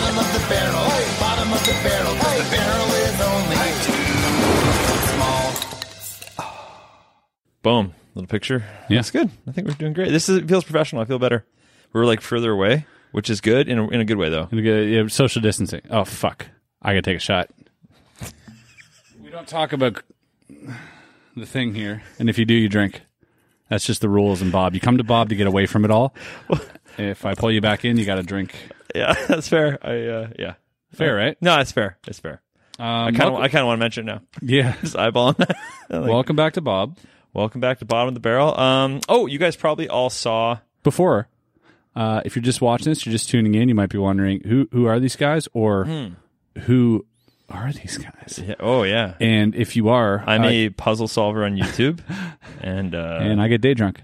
barrel, bottom of the barrel, 'cause the barrel is only too small. Boom. Little picture. Yeah. That's good. I think we're doing great. This is, it feels professional. I feel better. We're like further away, which is good in a, in a good way, though. And we get- yeah, social distancing. Oh fuck! I gotta take a shot. we don't talk about the thing here, and if you do, you drink. That's just the rules. And Bob, you come to Bob to get away from it all. if I pull you back in, you got to drink. Yeah, that's fair. I, uh, yeah. Fair, right? No, it's fair. It's fair. I Um, kind of, welcome, I kind of want to mention it now. yeah. Just eyeballing. that. Like, welcome back to Bob. welcome back to bottom of the barrel. Um, oh, you guys probably all saw. Before, uh, if you're just watching this, you're just tuning in. You might be wondering who who are these guys, or Hmm. who are these guys? Yeah, oh yeah, And if you are, I'm uh, a puzzle solver on YouTube, and, uh, and I get day drunk.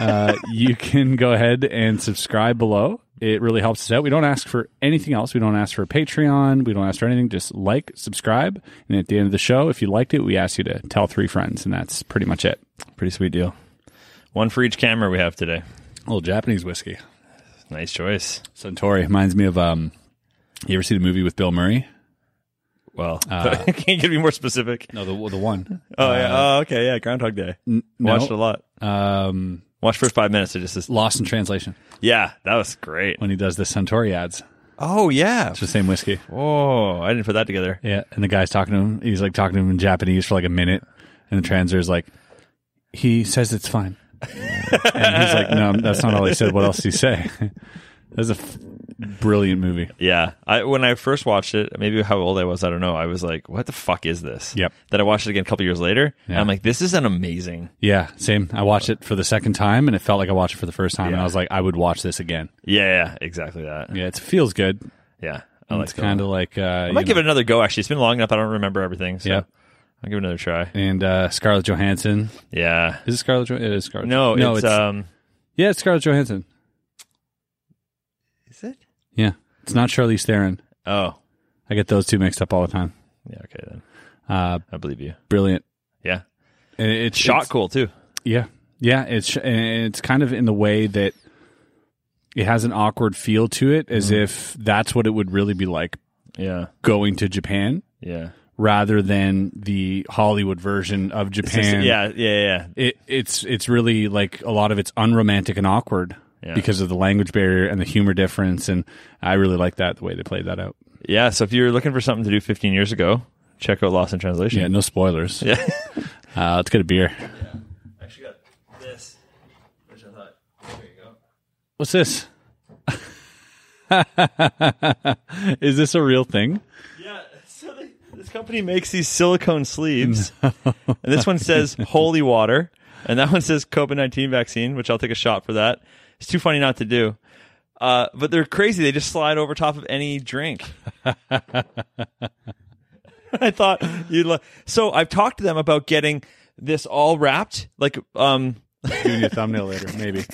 uh, you can go ahead and subscribe below. It really helps us out. We don't ask for anything else. We don't ask for a Patreon. We don't ask for anything. Just like, subscribe. And at the end of the show, if you liked it, we ask you to tell three friends. And that's pretty much it. pretty sweet deal. One for each camera we have today. A little Japanese whiskey. Nice choice. Suntory reminds me of, um, you ever see the movie with Bill Murray? Uh, Well, can you be more specific? No, the, the one. Oh yeah. Oh, okay. Yeah. Groundhog Day. Watched a lot. Um, Watched first five minutes. I just, just Lost in Translation yeah, that was great. when he does the Suntory ads. Oh yeah. It's the same whiskey. Oh, I didn't put that together. Yeah, and the guy's talking to him. He's like talking to him in Japanese for like a minute, and the translator's like, "He says it's fine," and he's like, "No, that's not all he said. What else did he say?" that's a f- brilliant movie. Yeah. I when I first watched it, maybe how old I was, I don't know. I was like, "What the fuck is this?" Yep. Then I watched it again a couple years later, and Yeah. I'm like, "This is an amazing." Yeah, same. I watched it for the second time, and it felt like I watched it for the first time, and Yeah. I was like, "I would watch this again." Yeah, yeah, exactly that. Yeah, Yeah, it feels good. I like it's kind of like uh, I might give it another go. Actually, it's been long enough. I don't remember everything. So Yeah. I'll give it another try. and uh, Scarlett Johansson. Yeah. Is it Scarlett? Jo- it is Scarlett. No, no, it's, um. yeah, it's Scarlett Johansson. Is it? Yeah, it's not Charlize Theron. Oh, I get those two mixed up all the time. yeah. Okay then. Uh, I believe you. brilliant. Yeah. And it's Shot it's- cool too. yeah, yeah. It's and it's kind of in the way that it has an awkward feel to it, as if that's what it would really be like Yeah. going to Japan, Yeah. rather than the Hollywood version of Japan. yeah. Yeah. Yeah. it, it's it's really like a lot of it's unromantic and awkward Yeah. because of the language barrier and the humor difference, and I really like that the way they played that out. Yeah. So if you're looking for something to do 15 years ago, check out Lost in Translation. Yeah, no spoilers. Yeah. Uh, let's get a beer. actually got this, which I thought, there you go. What's this? Is this a real thing? Yeah, so they, this company makes these silicone sleeves, and this one says holy water, and that one says COVID nineteen vaccine, which I'll take a shot for that. It's too funny not to do. Uh, but they're crazy. They just slide over top of any drink. I thought you. Lo- so I've talked to them about getting this all wrapped. Like, um, Doing a thumbnail later, maybe.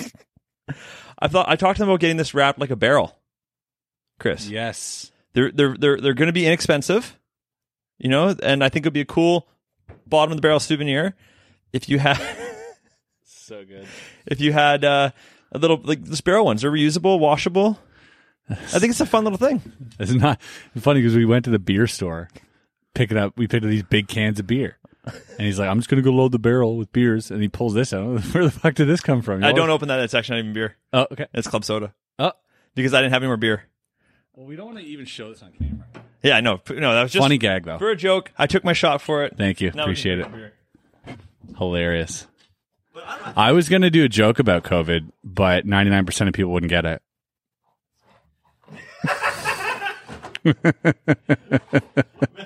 I thought I talked to them about getting this wrapped like a barrel. Chris, Yes. they're they're they're they're going to be inexpensive, you know, and I think it'd be a cool bottom of the barrel souvenir if you had So good. if you had uh, a little like the barrel ones. They're reusable, washable. I think it's a fun little thing. It's not funny because we went to the beer store picking up. We picked up these big cans of beer, and he's like, "I'm just gonna go load the barrel with beers," and he pulls this out. Where the fuck did this come from? I don't open that. It's actually not even beer. Oh, okay. It's club soda Oh, because I didn't have any more beer. well, we don't want to even show this on camera. Yeah, I know. P- No, that was just Funny gag though. for a joke. I took my shot for it. Thank you. Now we can Appreciate it. drink beer. Hilarious. I was gonna do a joke about COVID, but 99% of people wouldn't get it. Man,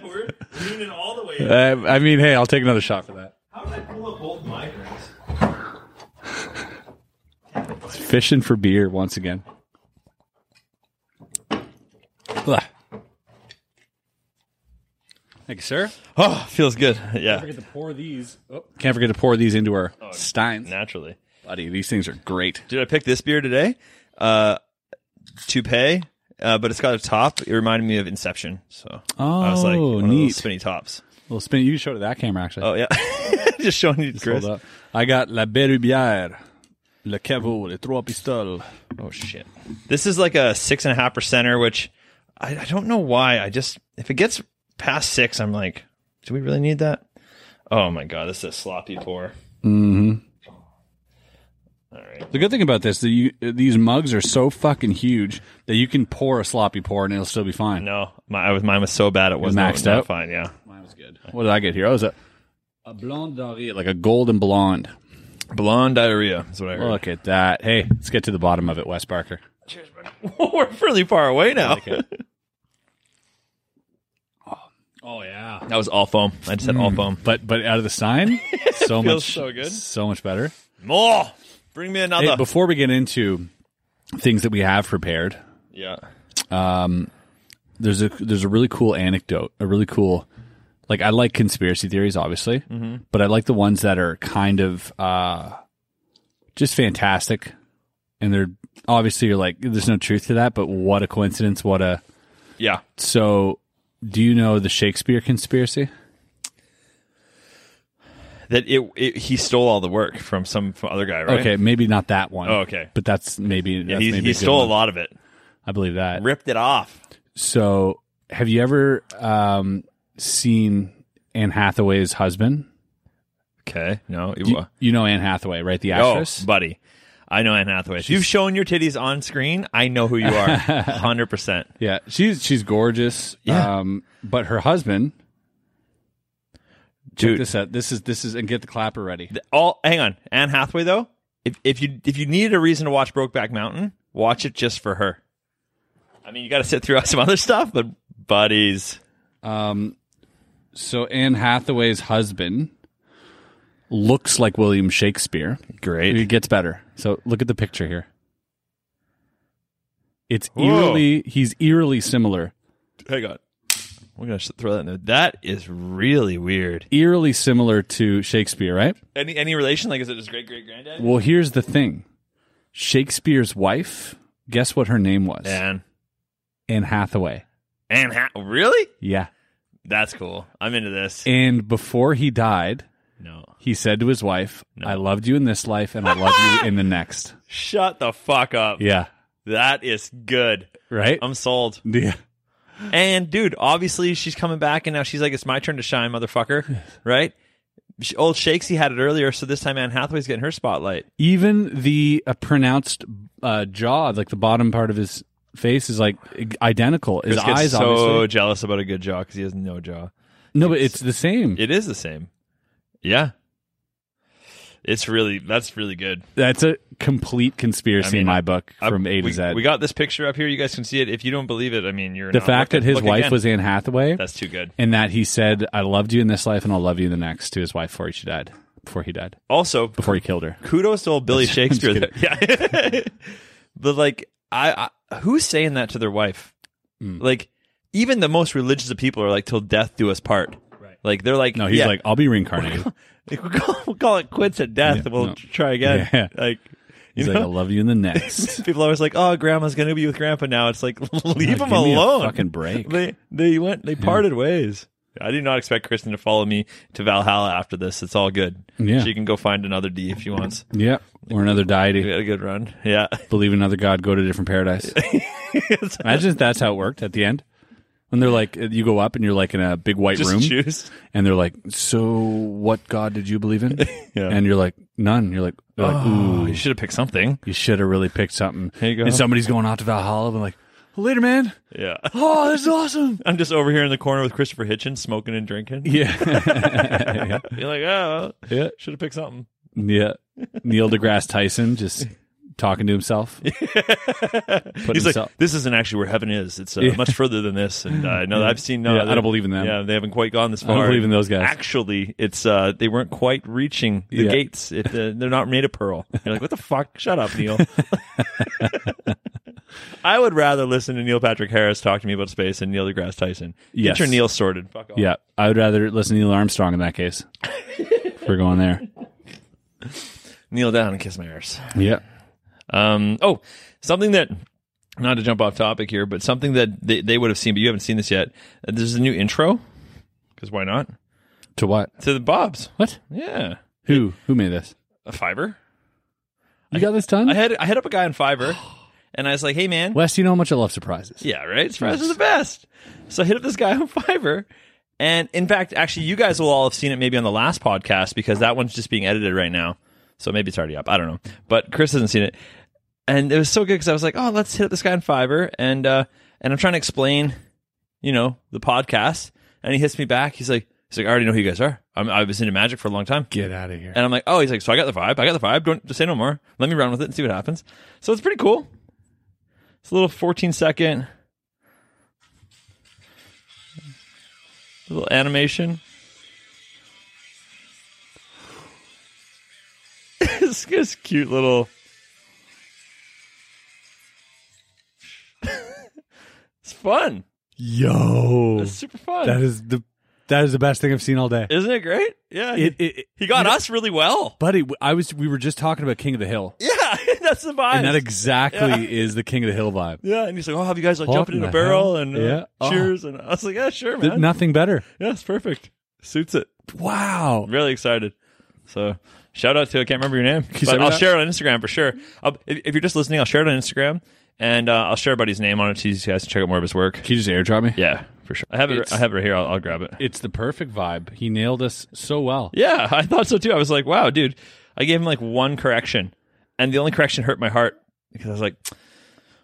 We're leaning all the way. in. Uh, I mean, hey, I'll take another shot for that. How did I pull up both my drinks? Fishing for beer once again. Ugh. Thank you, sir. Oh, feels good. Yeah, Forget to pour these. Oh. Can't forget to pour these into our steins. naturally. Buddy, these things are great. Did I pick this beer today? Uh, toupee, uh, but it's got a top. It reminded me of Inception. So I was like, Oh, one of those neat. spinny tops. Well, spin. You showed it to that camera actually. Oh yeah, just showing you, Hold Chris. up. I got la belle bière, le caveau, les trois pistoles. Oh shit, this is like a six and a half percenter, which I, I don't know why. I just if it gets past six, I'm like, do we really need that? Oh my god, this is a sloppy pour. All right. The good thing about this that you these mugs are so fucking huge that you can pour a sloppy pour and it'll still be fine. No, my I was mine was so bad it was not- maxed not out? Fine, yeah. Mine was good. What did I get here? I was a a blonde diarrhea, like a golden blonde. Blonde diarrhea is what I heard. Look at that. Hey, let's get to the bottom of it, Wes Barker. We're really far away now. Oh yeah. That was all foam. I just said all Mm. foam. But but out of the sign, so Feels much so good. so much better. More. Bring me another. Hey, before we get into things that we have prepared, yeah. there's a there's a really cool anecdote, a really cool like I like conspiracy theories, obviously, but I like the ones that are kind of uh, just fantastic, and they're obviously you're like, there's no truth to that, but what a coincidence, what a Yeah. so. Do you know the Shakespeare conspiracy? That it, it he stole all the work from some from other guy, right? Okay, maybe not that one. Oh, okay. but that's maybe that's He, maybe he a good stole one. a lot of it. I believe that. Ripped it off. So, have you ever um, seen Anne Hathaway's husband? Okay. No. It, You, uh, you know Anne Hathaway, right? The actress. Oh, buddy. I know Anne Hathaway. If you've shown your titties on screen, I know who you are. 100%. Yeah, she's she's gorgeous. Yeah. Um, but her husband. Dude. This out. This is this is and get the clapper ready. Th- All hang on. Anne Hathaway though, if if you if you needed a reason to watch Brokeback Mountain, watch it just for her. I mean, you got to sit through some other stuff, but buddies. Um, So Anne Hathaway's husband looks like William Shakespeare. Great. It gets better. So look at the picture here. It's Whoa. eerily he's eerily similar. Hang on. We're going to Oh throw that in there. That is really weird. Eerily similar to Shakespeare, right? Any any relation like is it his great great granddad? Well, here's the thing. Shakespeare's wife, guess what her name was? Anne Anne Hathaway. Anne ha- Oh, really? Yeah. That's cool. I'm into this. And before he died, No. he said to his wife, I loved you in this life and I love you in the next. Shut the fuck up. Yeah. That is good. Right? I'm sold. yeah. And dude, obviously she's coming back, and now she's like, "It's my turn to shine, motherfucker!" Right? Sh- Old Shakesy had it earlier, so this time Anne Hathaway's getting her spotlight. Even the uh, pronounced uh, jaw, like the bottom part of his face, is like identical. His Chris gets eyes, so obviously. jealous about a good jaw because he has no jaw. No, but it's the same. It is the same. Yeah, it's really that's really good. That's a complete conspiracy I mean, in my book I- from A to we, Z. We got this picture up here. You guys can see it. If you don't believe it, I mean, you're the not- fact look at- that his look wife again. was Anne Hathaway that's too good. and that he said, I loved you in this life and I'll love you in the next to his wife before she died. Before he died. Also, Before he killed her. kudos to old Billy just Shakespeare. there. Yeah, but like, I, I who's saying that to their wife? Mm. Like, even the most religious of people are like, "Till death do us part." Right. Like they're like, No, he's yeah, like, I'll be reincarnated. like, we'll, call, we'll call it quits at death. and we'll no. try again. Yeah. Like, you He's like, I know, love you in the next. people are always like, "Oh, grandma's gonna be with grandpa now." It's like, leave God, him give me a alone. fucking break. They they went they parted ways. I did not expect Kristen to follow me to Valhalla after this. It's all good. Yeah. She can go find another D if she wants. Yeah. Or another deity. We had a good run. Yeah. Believe another god, go to a different paradise. Imagine if that's how it worked at the end. When they're like, you go up and you're like in a big white Just room, choose. and they're like, "So, what god did you believe in?" Yeah. And you're like, "None." You're like, they're like, Ooh, you should have picked something. "You should have really picked something." There you go. And somebody's going out to Valhalla and like, "Later, man." Yeah. Oh, this is awesome. I'm just over here in the corner with Christopher Hitchens smoking and drinking. Yeah, You're like, oh, Yeah. should have picked something. yeah. Neil deGrasse Tyson just talking to himself. Put He's himself. like, this isn't actually where heaven is. It's uh, much further than this. And uh, no, I've seen. No, Yeah, I they- don't believe in them. Yeah, they haven't quite gone this far. don't believe in those guys. Actually, it's uh, they weren't quite reaching the Yeah. gates. It, uh, they're not made of pearl. You're like, what the fuck? Shut up, Neil. I would rather listen to Neil Patrick Harris talk to me about space than Neil deGrasse Tyson. Yes. Get your Neil sorted. Fuck off. Yeah, I would rather listen to Neil Armstrong in that case. if we're going there. Kneel down and kiss my arse. Yeah. Um, oh, something that not to jump off topic here, but something that they, they would have seen, but you haven't seen this yet. Uh, There's a new intro because why not To what? to the Bob's? What? Yeah, Who? Who made this? a Fiverr. You got this done? I had I hit up a guy on Fiverr. And I was like, hey, man. Wes, you know how much I love surprises. Yeah, right? Surprises are the best. So I hit up this guy on Fiverr. And in fact, actually, you guys will all have seen it maybe on the last podcast because that one's just being edited right now. So maybe it's already up. I don't know. But Chris hasn't seen it. And it was so good because I was like, oh, let's hit up this guy on Fiverr. And, uh, and I'm trying to explain, you know, the podcast. And he hits me back. He's like, he's like, I already know who you guys are. I'm, I was into magic for a long time. Get out of here. And I'm like, oh, he's like, so I got the vibe. I got the vibe. Don't just say no more. Let me run with it and see what happens. So it's pretty cool. It's a little 14 second little animation. it's just cute little. it's fun. Yo. It's super fun. That is the that is the best thing I've seen all day. Isn't it great? Yeah. he- It- it- it- he got you know- us really well. buddy, I was we were just talking about King of the Hill. Yeah, that's the vibe. And that exactly is the King of the Hill vibe. Yeah, and he's like, "Oh, have you guys like What jumping in in a the barrel hell? and Yeah. uh, Oh. cheers?" And I was like, "Yeah, sure, man. Nothing better. yeah, it's perfect. Suits it. Wow. I'm really excited." So, shout out to I can't remember your name, you but send me I'll that? share it on Instagram for sure. I'll, if, if you're just listening, I'll share it on Instagram, and uh, I'll share buddy's name on it so you guys can check out more of his work. Can you just airdrop me? Yeah, for sure. I have it. It's- I have it right here. I'll, I'll grab it. It's the perfect vibe. He nailed us so well. Yeah, I thought so too. I was like, "Wow, dude!" I gave him like one correction, and the only correction hurt my heart because I was like.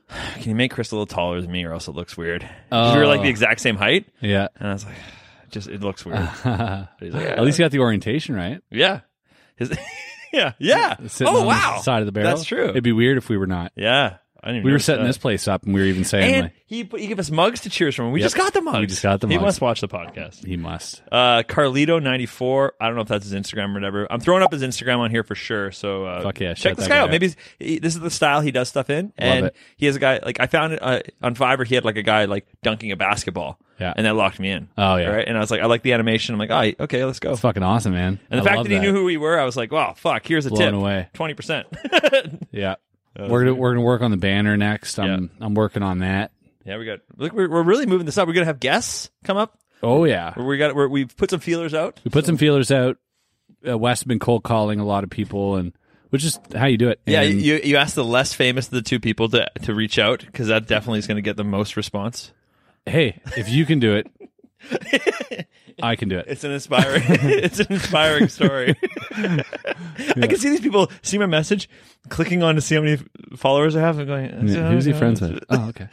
Can you make Chris a little taller than me, or else it looks weird? 'Cause we were like Oh. the exact same height, Yeah. And I was like, just it looks weird. He's like, At least you got the orientation right. yeah, His- yeah, yeah. Sitting Oh on wow, the side of the barrel. That's true. It'd be weird if we were not. yeah, I didn't even We were notice setting that. this place up, and we were even saying, And like, he he gave us mugs to cheers from. We Yep. just got the mugs. We just got the He mugs. must watch the podcast. "He must." Uh, Carlito ninety four. I don't know if that's his Instagram or whatever. I'm throwing up his Instagram on here for sure. So uh, Fuck yeah, check shout this that guy guy out. out. Maybe he's- he, this is the style he does stuff in, and it. he has a guy like I found it uh, on Fiverr. He had like a guy like dunking a basketball. Yeah. and that locked me in. Oh, yeah. right. And I was like, I like the animation. I'm like, all right, okay, let's go. It's fucking awesome, man. And the I fact love that he knew who we were, I was like, wow, fuck, here's a Blown tip. away. 20%. yeah, Oh, we're gonna, we're gonna work on the banner next. I'm I'm working on that. yeah, we got, look, we're, we're really moving this up. We're going to have guests come up. Oh yeah, We got, we're, we've put some feelers out. we put some feelers out. Uh, Wes has been cold calling a lot of people, and which is how you do it. Yeah, And- you, you asked the less famous of the two people to, to reach out because that definitely is going to get the most response. hey, if you can do it, I can do it. It's an inspiring, it's an inspiring story. I can see these people see my message, clicking on to see how many followers I have, and going, Who's he friends with? Oh, okay.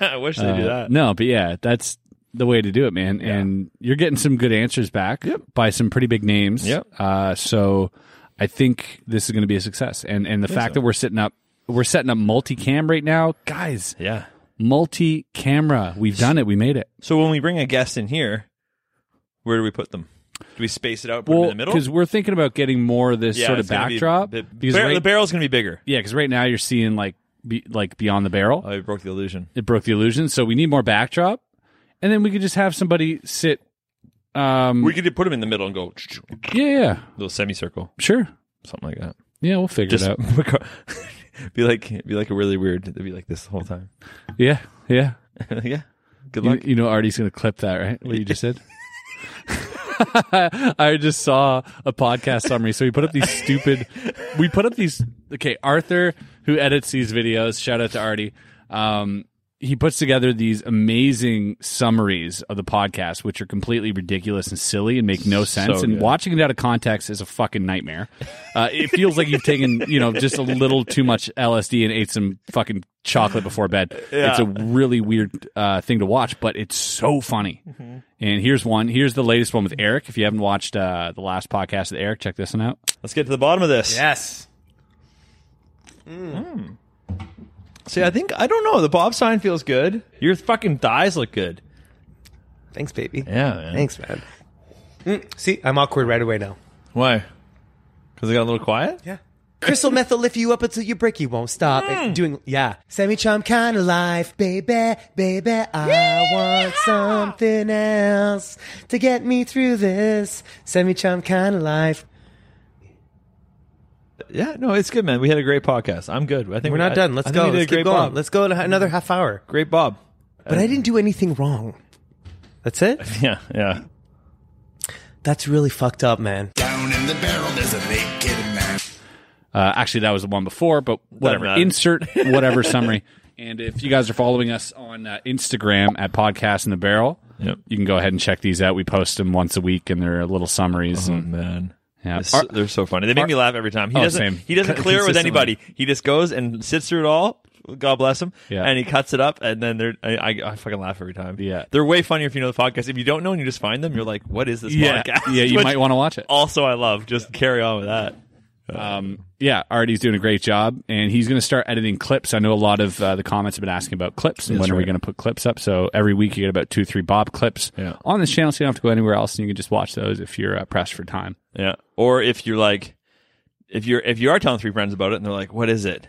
I wish they do Uh, that. No, but yeah, that's the way to do it, man. And you're getting some good answers back by some pretty big names. Yep. Uh, so I think this is going to be a success. And and the fact that we're sitting up, we're setting up multi-cam right now, guys. Yeah. Multi-camera, we've done it. We made it. So when we bring a guest in here, where do we put them? Do we space it out? Put them in the middle? because we're thinking about getting more of this Yeah, sort of it's gonna be a backdrop. bit- because bar- right, the barrel's going to be bigger. yeah, because right now you're seeing like be, like beyond the barrel. Oh, you broke the illusion. it broke the illusion. So we need more backdrop, and then we could just have somebody sit. Um, We could put him in the middle and go yeah, yeah, little semicircle, sure. something like that. Yeah, we'll figure Just it out. be like be like a really weird. It'd be like this the whole time. Yeah, yeah. yeah. Good You, luck. you know, Artie's gonna clip that, right? What you just said. I just saw a podcast summary. So we put up these stupid. We put up these. Okay, Arthur, who edits these videos, shout out to Artie. Um, he puts together these amazing summaries of the podcast, which are completely ridiculous and silly and make no sense. and good. watching it out of context is a fucking nightmare. Uh, it feels like you've taken, you know, just a little too much LSD and ate some fucking chocolate before bed. It's a really weird uh, thing to watch, but it's so funny. Mm-hmm. And here's one. Here's the latest one with Eric. If you haven't watched uh, the last podcast with Eric, check this one out. Let's get to the bottom of this. Yes. See, I think I don't know. The Bob sign feels good. Your fucking thighs look good. Thanks, baby. Yeah. Man. Thanks, man. Mm, see, I'm awkward right away now. Why? Because I got a little quiet. Yeah. Crystal meth will lift you up until you break. You won't stop And doing. Yeah. Sammy Chum kind of life, baby, baby. I want something else to get me through this. Sammy Chum kind of life. Yeah. No, it's good, man. We had a great podcast. I'm good. I think We're not I- done. Let's I think go. we did a Let's great keep going. Bob. Let's go to another half hour. Great Bob. But I didn't do anything wrong. That's it. Yeah. Yeah. That's really fucked up, man. Down in the barrel, there's a naked man. Uh, actually, that was the one before, but whatever. matter. Insert whatever summary. And if you guys are following us on uh, Instagram at Podcast in the Barrel, Yep. you can go ahead and check these out. We post them once a week, and they're little summaries. Oh and, man. yeah. They're so- they're so funny. They make me laugh every time. He Oh, doesn't. same. He doesn't Co- clear it with consistently. anybody. He just goes and sits through it all. God bless him. Yeah. And he cuts it up, and then they're. I, I, I fucking laugh every time. Yeah. They're way funnier if you know the podcast. If you don't know and you just find them, you're like, "What is this yeah, podcast?" yeah, you Which might want to watch it. Also, I love. Just carry on with that. Um, yeah, Artie's doing a great job, and he's going to start editing clips. I know a lot of uh, the comments have been asking about clips and when are we right. going to put clips up. So every week you get about two, three Bob clips Yeah. on this channel, so you don't have to go anywhere else, and you can just watch those if you're uh, pressed for time. Yeah. Or if you're like, if you're if you are telling three friends about it, and they're like, "What is it?"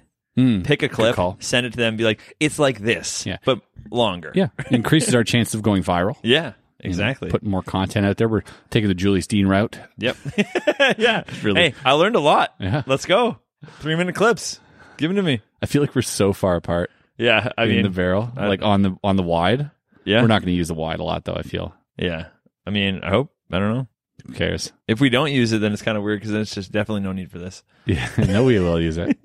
Pick a clip, Hmm. call. send it to them, be like, "It's like this, Yeah. but longer." Yeah, it increases our chance of going viral. Yeah. Exactly. Putting more content out there. We're taking the Julius Dean route. Yep. yeah. Really. Hey, I learned a lot. Yeah. Let's go. Three minute clips. Give them to me. I feel like we're so far apart Yeah. I in mean, the barrel, I- like on the on the wide. Uh, yeah. We're not going to use the wide a lot, though. I feel yeah. I mean, I hope. I don't know. who cares? If we don't use it, then it's kind of weird because then it's just definitely no need for this. Yeah, I know we will use it.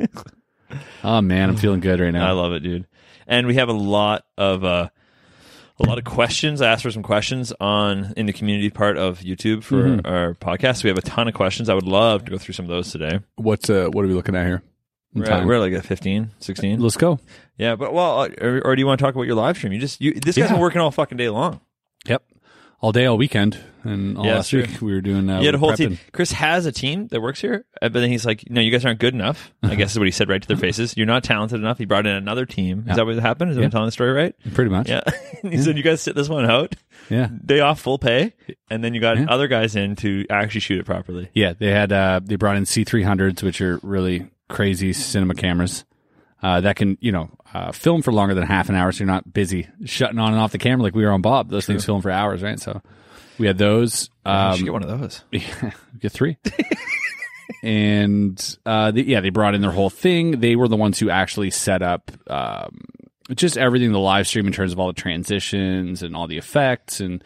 Oh man, I'm feeling good right now. I love it, dude. And we have a lot of uh, a lot of questions. I asked for some questions on in the community part of YouTube for our podcast. We have a ton of questions. I would love to go through some of those today. What's uh, what are we looking at here? We're, at- Time. we're at like at 15, 16. Let's go. Yeah, but well, uh, or, or do you want to talk about your live stream? You just you, this guy's Yeah. been working all fucking day long. Yep. All day, all weekend, and all Yeah, last sure. week we were doing. Uh, He had a whole prepping. team. Chris has a team that works here, uh, but then he's like, "No, you guys aren't good enough." I guess is what he said right to their faces. You're not talented enough. He brought in another team. Is that what happened? Is that I'm telling the story right? pretty much. Yeah. he said, "You guys sit this one out. yeah, Day off, full pay, and then you got other guys in to actually shoot it properly." Yeah, They had uh, they brought in C three hundreds, which are really crazy cinema cameras uh, that can you know uh, film for longer than half an hour, so you're not busy shutting on and off the camera like we were on Bob. Those things film for hours, right? So we had those. I Um, should get one of those. Yeah, get three. and uh, the, yeah, they brought in their whole thing. They were the ones who actually set up um, just everything the live stream in terms of all the transitions and all the effects and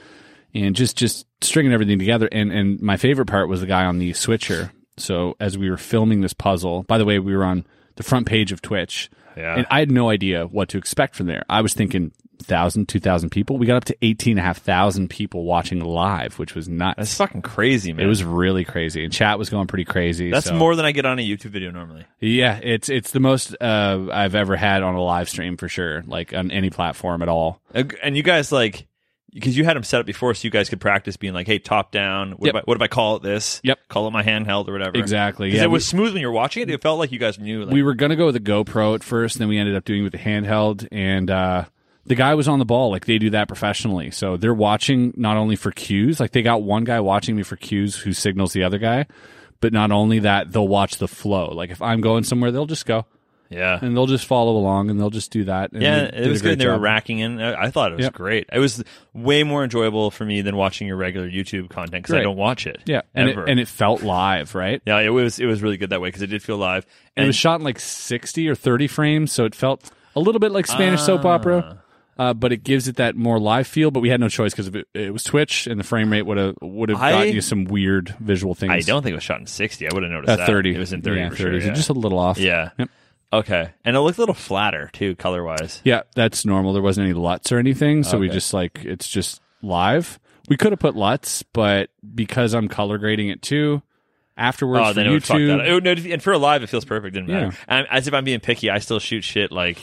and just just stringing everything together. And and my favorite part was the guy on the switcher. So as we were filming this puzzle, by the way, we were on the front page of Twitch. Yeah. And I had no idea what to expect from there. I was thinking 1,000, 2,000 people. We got up to 18,500 people watching live, which was nuts. That's fucking crazy, man. It was really crazy, and chat was going pretty crazy. That's so- more than I get on a YouTube video normally. Yeah, it's it's the most uh, I've ever had on a live stream for sure, like on any platform at all. Ag- And you guys like because you had them set up before, so you guys could practice being like, "Hey, top down. What, Yep. if, I, what if I call it this? Yep. Call it my handheld or whatever." Exactly. 'Cause Yeah, it was smooth when you were watching it. It felt like you guys knew. Like, we were gonna go with a GoPro at first, and then we ended up doing it with the handheld. And uh, the guy was on the ball, like they do that professionally. So they're watching not only for cues, like they got one guy watching me for cues who signals the other guy, but not only that, they'll watch the flow. Like if I'm going somewhere, they'll just go yeah. and they'll just follow along and they'll just do that. And Yeah, they did it a was great good. They were job. racking in. I I thought it was Yep. great. It was way more enjoyable for me than watching your regular YouTube content because I Right. don't watch it. Yeah, and it, ever. and it felt live, right? yeah, it was it was really good that way because it did feel live. And And it was shot in like sixty or thirty frames, so it felt a little bit like Spanish soap Ah. opera, uh, but it gives it that more live feel. But we had no choice because it, it was Twitch, and the frame rate would have would have I- gotten you some weird visual things. I don't think it was shot in sixty. I would have noticed uh, that. thirty. It was in thirty yeah, for sure. 30, so yeah. just a little off. Yeah. Yep. Okay, and it looked a little flatter too, color wise. Yeah, that's normal. There wasn't any LUTs or anything, so we just like it's just live. We could have put LUTs, but because I'm color grading it too, afterwards Oh, for then it would fuck YouTube, that. up. It would, no, and for a live, it feels perfect. Didn't matter. Yeah. And as if I'm being picky, I still shoot shit like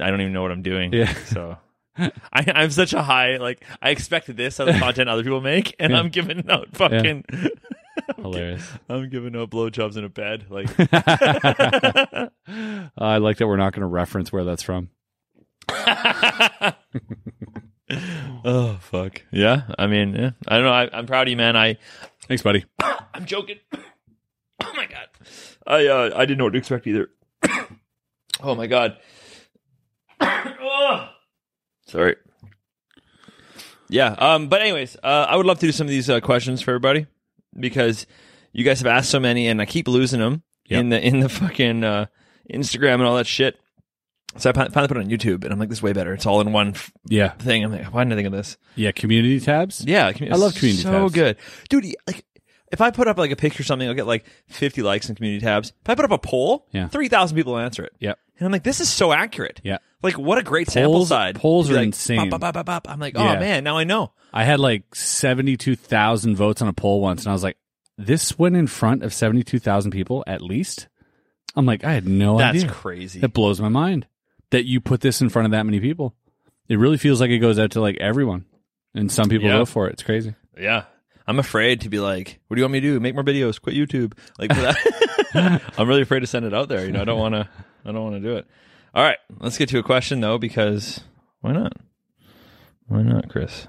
I don't even know what I'm doing. Yeah. So. I, I'm such a high like I expected this out of the content other people make, and I'm giving out fucking hilarious. I'm giving out blowjobs in a bed. Like, Uh, I like that we're not going to reference where that's from. oh fuck. Yeah. I mean, yeah. I don't know. I, I'm proud of you, man. I Thanks, buddy. I'm joking. oh my god. I uh, I didn't know what to expect either. oh my god. Ugh. Sorry. Yeah. Um. But anyways, uh, I would love to do some of these uh, questions for everybody because you guys have asked so many, and I keep losing them Yep. in the in the fucking uh, Instagram and all that shit. So I fin- finally put it on YouTube, and I'm like, this is way better. It's all in one f- Yeah, thing. I'm like, why didn't I think of this? yeah. Community tabs. Yeah, commu- I love it's community So tabs. good, dude. y- Like, If I put up like a picture or something, I'll get like 50 likes in community tabs. If I put up a poll, Yeah. 3,000 people answer it. Yep. And I'm like, this is so accurate. Yeah. Like, what a great sample Polls- size. polls You'd be are like, insane. Bop, bop, bop, bop, bop. I'm like, oh Yeah. man, now I know. I had like 72,000 votes on a poll once, and I was like, this went in front of 72,000 people at least. I'm like, I had no That's idea. crazy. That blows my mind that you put this in front of that many people. It really feels like it goes out to like everyone, and some people Yeah. go for it. It's crazy. Yeah. I'm afraid to be like, what do you want me to do? Make more videos, quit YouTube. Like for that. I'm really afraid to send it out there. You know, I don't want to, I don't want to do it. All right. Let's get to a question though, because why not? Why not, Chris?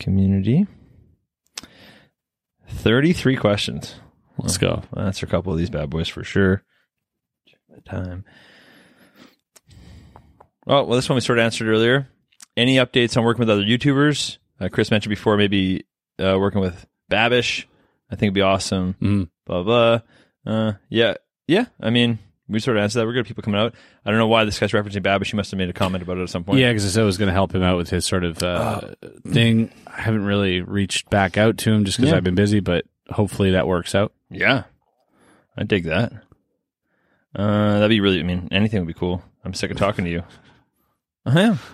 Community. 33 questions. Let's go. Well, that's a couple of these bad boys for sure. Check the time. Oh, well, this one we sort of answered earlier. Any updates on working with other YouTubers? Uh, Chris mentioned before, maybe uh, working with Babish. I think it'd be awesome. Mm. Blah, blah. Uh, yeah. Yeah. I mean, we sort of answered that. We're good people coming out. I don't know why this guy's referencing Babish. He must have made a comment about it at some point. Yeah, because I said I was going to help him out with his sort of uh, Oh. thing. I haven't really reached back out to him just because Yeah. I've been busy, but hopefully that works out. Yeah. I dig that. Uh, that'd be really, I mean, anything would be cool. I'm sick of talking to you. I am.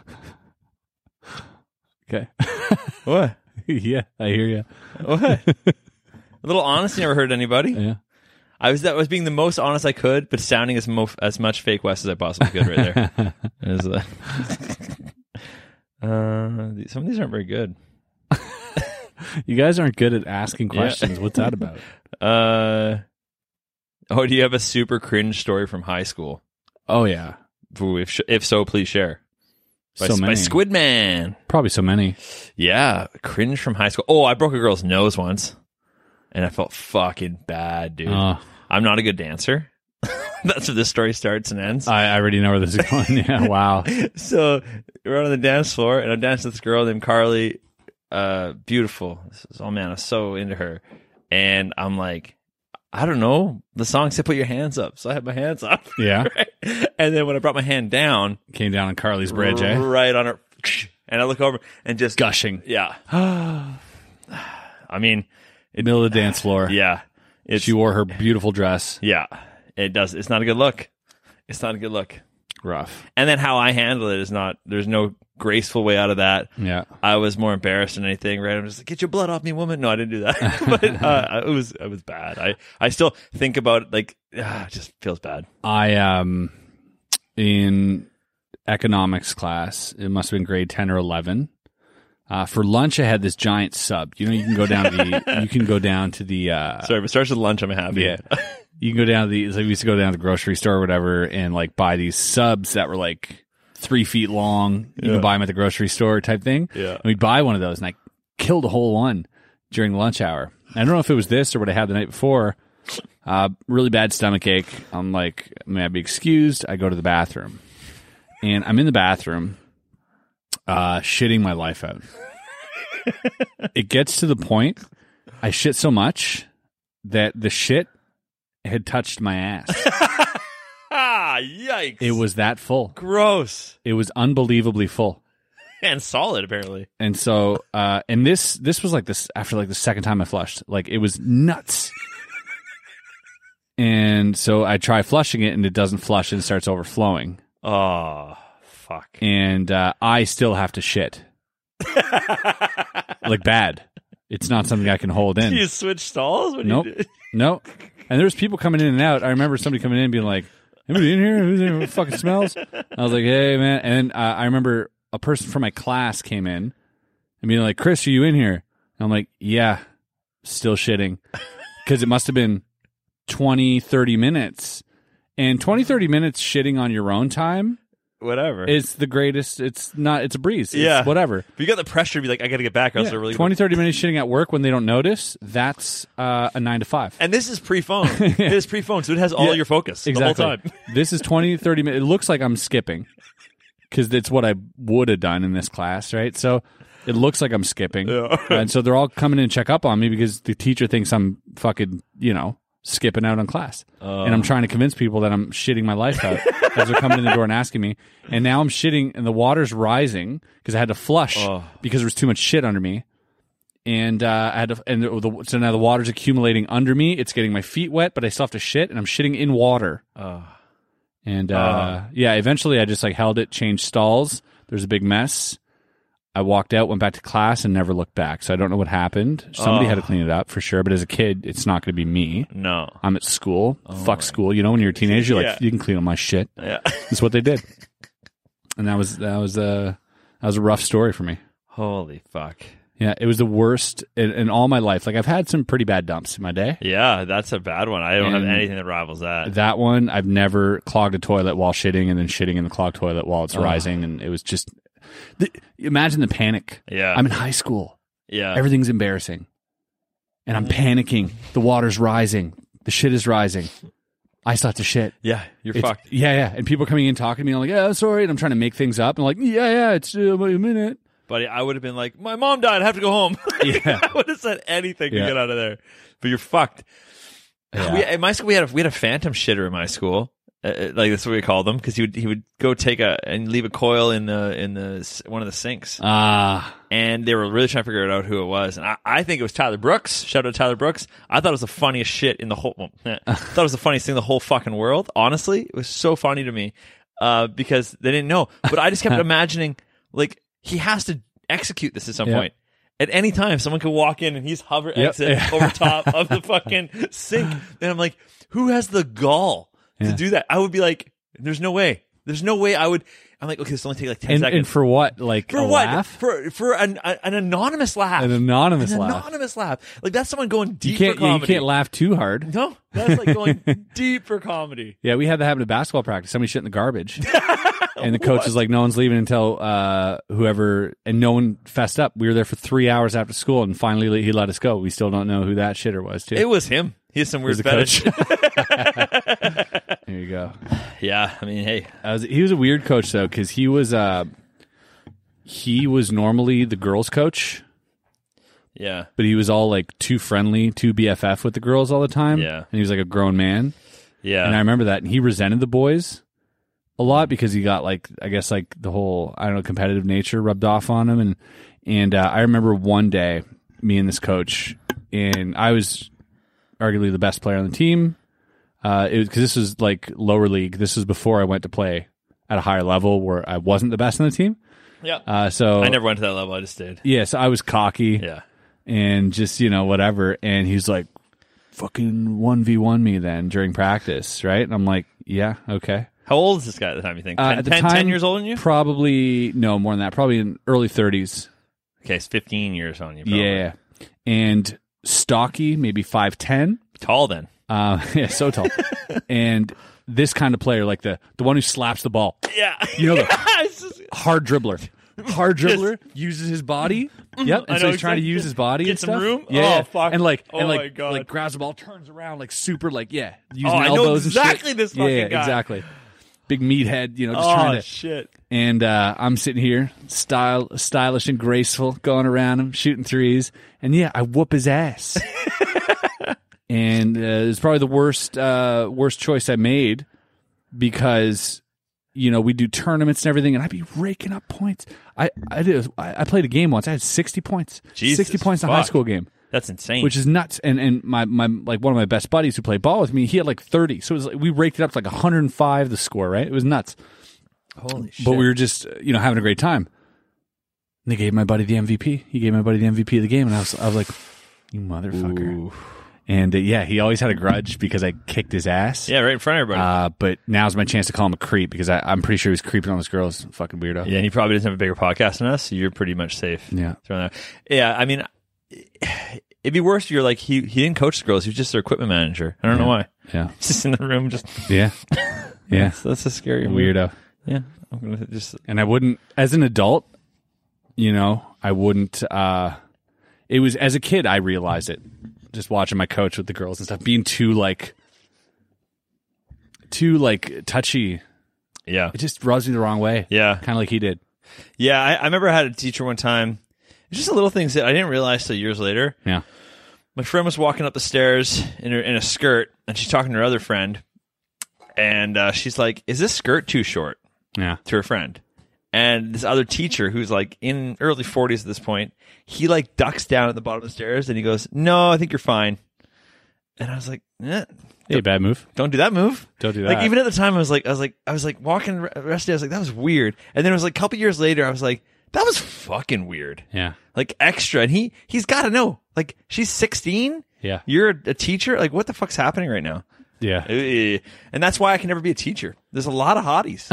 Okay. What? yeah, I hear you. What? A little honesty never hurt anybody. Yeah. I was that was being the most honest I could, but sounding as mo- as much fake West as I possibly could right there. It is, uh, uh, th- some of these aren't very good. You guys aren't good at asking questions. What's that about? Uh, oh, do you have a super cringe story from high school? Oh yeah, Ooh, If, sh- if so, please share. By, so s- by many. Squidman. Probably so many. Yeah, cringe from high school. Oh, I broke a girl's nose once, and I felt fucking bad, dude. Uh, I'm not a good dancer. That's where this story starts and ends. I, I already know where this is going. yeah. Wow. so we're on the dance floor, and I'm dancing with this girl named Carly. Uh, beautiful. This is- oh man, I'm so into her. And I'm like, I don't know. The song said put your hands up, so I had my hands up. Yeah. right? And then when I brought my hand down, Came down on Carly's bridge. Eh? right on her, and I look over and just Gushing. Yeah. I mean, Middle of the dance floor. yeah. It's She wore her beautiful dress. yeah. It does. It's not a good look. It's not a good look. Rough. And then how I handle it is not. There's no graceful way out of that. Yeah. I was more embarrassed than anything, right? I'm just like, get your blood off me, woman. No, I didn't do that, but uh, it was it was bad. I I still think about it, like ah, it just feels bad. I um in economics class, it must have been grade ten or eleven. Uh, for lunch, I had this giant sub. You know, you can go down to the you can go down to the uh, Sorry, but it starts with lunch. I'm happy. yeah. You can go down to the like we used to go down to the grocery store or whatever and like buy these subs that were like three feet long. You Yeah. can buy them at the grocery store type thing. Yeah. And we'd buy one of those and I killed a whole one during lunch hour. I don't know if it was this or what I had the night before. Uh, really bad stomach ache. I'm like, may I be excused? I go to the bathroom. And I'm in the bathroom, uh, shitting my life out. it gets to the point I shit so much that the shit had touched my ass. Ah, yikes! It was that full. gross It was unbelievably full. and solid. Apparently, And so, uh, and this this was like this after like the second time I flushed, like it was nuts. and so I try flushing it, and it doesn't flush, and it starts overflowing. oh fuck. And uh, I still have to shit, like bad. It's not something I can hold in. You switch stalls? What do Nope. you do? No. And there was people coming in and out. I remember somebody coming in and being like, anybody in here? Who's in here? Who fucking smells? I was like, hey, man. And then uh, I remember a person from my class came in and being like, Chris, are you in here? And I'm like, yeah, still shitting. Because it must have been 20, 30 minutes. And 20, 30 minutes shitting on your own time Whatever. is the greatest. It's not, it's a breeze. It's Yeah. Whatever. But you got the pressure to be like, I got to get back, or else Yeah. they're really 20, 30 minutes shitting at work when they don't notice, that's uh, a nine to five. And this is pre-phone. It is pre-phone, so it has all Yeah, your focus exactly. the whole time. this is 20, 30 minutes. It looks like I'm skipping because that's what I would have done in this class, right? So it looks like I'm skipping. and so they're all coming in and check up on me because the teacher thinks I'm fucking, you know, skipping out on class. and Oh. I'm trying to convince people that I'm shitting my life out as they're coming in the door and asking me. And now Oh. I'm shitting and the water's rising because I had to flush because there was too much shit under me. and uh, I had to, and the, so now the water's accumulating under me. It's getting my feet wet, but I still have to shit, and I'm shitting in water. And uh, yeah, eventually I just like held it, changed stalls. There's a big mess. I walked out, went back to class, and never looked back. So I don't know what happened. Somebody had to clean it up for sure. But as a kid, it's not going to be me. No. I'm at school. Fuck school. You know, when you're a teenager, you're like Yeah. you can clean up my shit. Yeah. That's what they did. and that was that was uh that was a rough story for me. Holy fuck. Yeah, it was the worst in, in all my life. Like I've had some pretty bad dumps in my day. Yeah, that's a bad one. I don't And- have anything that rivals that. That one, I've never clogged a toilet while shitting, and then shitting in the clogged toilet while it's rising, and it was just. The, imagine the panic. Yeah. I'm in high school. yeah. Mm-hmm. Everything's embarrassing, and I'm panicking. The water's rising. The shit is rising. I still have to shit. yeah, you're It's- fucked. Yeah, yeah. And people coming in talking to me, I'm like, yeah, sorry. And I'm trying to make things up. And like, yeah, yeah, it's uh, wait a minute. Buddy, I would have been like, my mom died. I have to go home. Yeah. I would have said anything Yeah. to get out of there. But you're fucked. We, in my school, we had a, we had a phantom shitter in my school. Uh, Uh, like that's what we called him because he would he would go take a and leave a coil in the in the s- one of the sinks Ah, and they were really trying to figure out who it was and I, I think it was Tyler Brooks shout out to Tyler Brooks I thought it was the funniest shit in the whole well, eh, I thought it was the funniest thing in the whole fucking world honestly it was so funny to me uh, because they didn't know but I just kept imagining like he has to execute this at some Yeah. point at any time someone could walk in and he's hover Yep. exit Yeah. over top of the fucking sink. And I'm like, who has the gall Yeah. to do that? I would be like, there's no way. There's no way I would. I'm like, okay, this will only take like 10 and, seconds. and for what? Like for a what? laugh? For for an, a- an anonymous laugh. An anonymous An laugh. anonymous laugh. Like that's someone going deep you can't. for yeah, you comedy. can't laugh too hard. No, that's like going deep for comedy. Yeah, we had that happen at basketball practice. Somebody shit in the garbage, and the coach is like, "No one's leaving until uh, whoever." And no one fessed up. We were there for three hours after school, and finally he let us go. We still don't know who that shitter was. Too. It was him. He has some weird was the fetish. there you go. yeah, I mean, hey, I was, he was a weird coach though, because he was uh, he was normally the girls' coach, yeah, but he was all like too friendly, too BFF with the girls all the time. Yeah. and he was like a grown man. yeah. and Uh. I remember that. And he resented the boys a lot because he got like I guess like the whole I don't know competitive nature rubbed off on him. And and uh, I remember one day me and this coach and I was arguably the best player on the team. Uh, it was because this was like lower league. This was before I went to play at a higher level where I wasn't the best on the team. yeah. Uh, so I never went to that level. I just did. Yeah, so I was cocky Yeah. and just you know whatever and he's like fucking 1v1 me then during practice right and i'm like yeah okay How old is this guy at the time? You think Uh, 10, 10 10 years older than you? probably no more than that probably in early 30s Okay, it's 15 years on you. Probably. yeah and stocky maybe 510 Tall then. uh, yeah so tall and this kind of player like the the one who slaps the ball Yeah. you know the It's just- hard dribbler. Hard dribbler uses his body. Yep, and Mm-hmm. I so know he's trying to exactly. use his body. Get and some stuff. room? Yeah, Oh, yeah. fuck. and like and Oh like my God. Oh, like grabs the ball, turns around, like super, like yeah, using I know elbows and shit. exactly this Yeah, yeah, fucking guy. exactly. Big meathead, you know, just oh trying to. shit. and uh, I'm sitting here, style, stylish and graceful, going around him, shooting threes, and yeah, I whoop his ass. and uh, it's probably the worst, uh, worst choice I made because you know we do tournaments and everything, and I'd be raking up points. I I did, I I played a game once. I had sixty points, Jesus sixty points in a high fuck. school game, That's insane. which is nuts. And and my my like one of my best buddies who played ball with me, he had like thirty, so it was like, we raked it up to like hundred and five the score. Right, it was nuts holy shit. but we were just uh, you know having a great time. And they gave my buddy the MVP. He gave my buddy the MVP of the game, and I was I was like, "You motherfucker!" And uh, yeah, he always had a grudge because I kicked his ass. yeah, right in front of everybody. Uh, but now's my chance to call him a creep because I, I'm pretty sure he was creeping on this girl. He's a fucking weirdo. yeah, and he probably doesn't have a bigger podcast than us, so you're pretty much safe. Yeah. Throwing that- Yeah, I mean it'd be worse if you're like he he didn't coach the girls, he was just their equipment manager. I don't know why. Yeah. He's just in the room just Yeah. Yeah. that's a scary move. Weirdo. Yeah. I'm gonna just and I wouldn't as an adult, you know, I wouldn't uh it was as a kid I realized it. Just watching my coach with the girls and stuff, being too like too like touchy. Yeah. It just rubs me the wrong way. Yeah. Kinda like he did. Yeah, I, I remember I had a teacher one time. It's just the little things that I didn't realize till years later. Yeah. my friend was walking up the stairs in her, in a skirt, and she's talking to her other friend, and uh, she's like, "Is this skirt too short?" Yeah. to her friend, And this other teacher who's like in early 40s at this point, he like ducks down at the bottom of the stairs and he goes, No, I think you're fine. And I was like, eh, Hey, bad move. don't do that move. Don't do Like that. even at the time, I was like, I was like, I was like walking the rest of the day. I was like, that was weird. And then it was like a couple years later, I was like, that was fucking weird. Yeah. Like extra. And he he's got to know. Like she's 16. Yeah. You're a, a teacher. Like what the fuck's happening right now? Yeah. Eh. And that's why I can never be a teacher. There's a lot of hotties.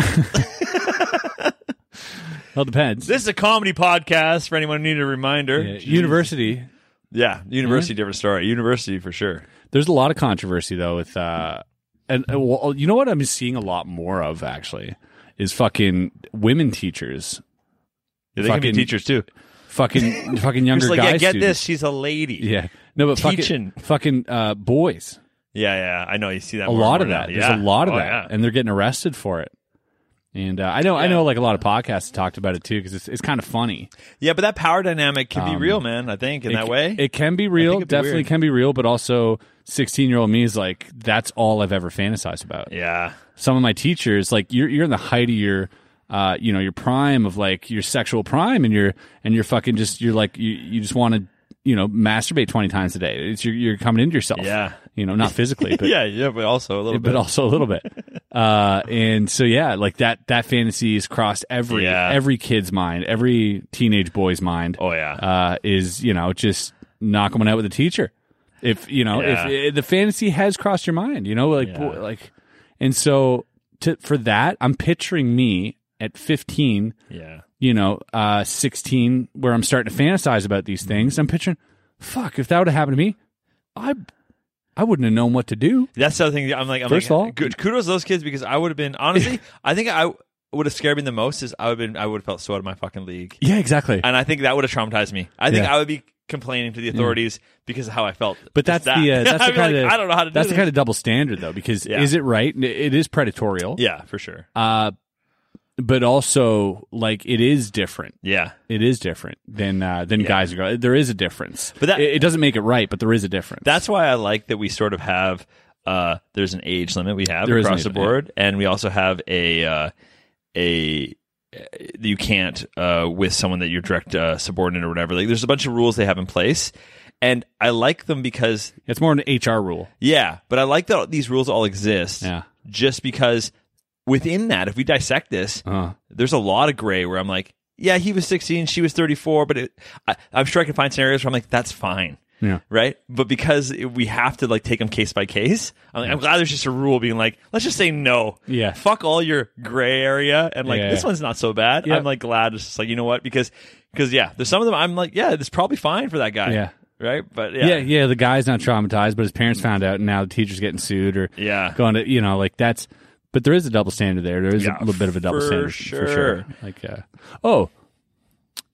Well, depends. this is a comedy podcast for anyone who needed a reminder. Yeah, Jeez. university. Yeah, university different story. University for sure. There's a lot of controversy though with uh and uh, well, you know what I'm seeing a lot more of actually is fucking women teachers. Yeah, they can be Fucking- teachers too. Fucking fucking younger It's like, guys. yeah, get students. this. She's a lady. Yeah. No, but Teaching. fucking fucking uh boys. yeah, yeah. I know you see that A more and lot of more that. now. There's a Yeah. lot of Oh, that. yeah. And they're getting arrested for it. And uh, I know I know like a lot of podcasts talked about it too cuz it's it's kind of funny. Yeah, but that power dynamic can be real, man. I think in Um, it, that c- way. It can be real, it'd be definitely weird. can be real, but also 16 year old me is like, that's all I've ever fantasized about. yeah, Some of my teachers, like you're, you're in the height of your, uh, you know, your prime of like your sexual prime and you're, and you're fucking just, you're like, you, you just want to, you know, masturbate 20 times a day. It's you're, you're coming into yourself. Yeah. You know, not physically, but, yeah, yeah. But also a little bit. but also a little bit. Uh, and so, yeah, like that, that fantasy is crossed every, Yeah. every kid's mind, every teenage boy's mind oh yeah, uh, is you know just not going out with a teacher. If you know Yeah. if, if the fantasy has crossed your mind, you know like boy, like, and so to, for that, I'm picturing me at 15, yeah. you know, uh, 16, where I'm starting to fantasize about these things. I'm picturing, fuck, if that would have happened to me, I I wouldn't have known what to do. That's the other thing. I'm like, I'm First like, of all- good, kudos to those kids because I would have been honestly. I think I would have scared me the most is I would have been I would have felt so out of my fucking league, Yeah, exactly. and I think that would have traumatized me. I think Yeah. I would be complaining to the authorities because of how I felt. But that's Just that. the uh, that's I'd the be kind like, of I don't know how to. that's do the kind of double standard though because Yeah. is it right? It is predatorial. yeah, for sure. Uh, but also like it is different. Yeah, It is different than uh, than guys and girls. There is a difference, But that- it, it doesn't make it right. But there is a difference. that's why I like that we sort of have uh there's an age limit we have There is an across age the limit, yeah. board and we also have a uh a uh, you can't uh with someone that you're direct uh, subordinate or whatever like there's a bunch of rules they have in place and I like them because it's more an HR rule. yeah but I like that these rules all exist Yeah. just because within that if we dissect this Uh, there's a lot of gray where I'm like, yeah, he was 16, she was 34, but it, I, I'm sure I can find scenarios where I'm like, that's fine. Yeah. Right. But because it- we have to like take them case by case, I'm, like, I'm glad there's just a rule being like, let's just say no. Yeah. Fuck all your gray area. And like, Yeah. this one's not so bad. Yeah. I'm like glad it's just like, you know what? Because, because yeah, there's some of them I'm like, yeah, it's probably fine for that guy. Yeah. Right. But yeah. yeah, yeah. The guy's not traumatized, but his parents found out, and now the teacher's getting sued or Yeah. going to you know like that's. But there is a double standard there. There is Yeah, a little bit of a double for standard sure. for sure. Like, uh, oh,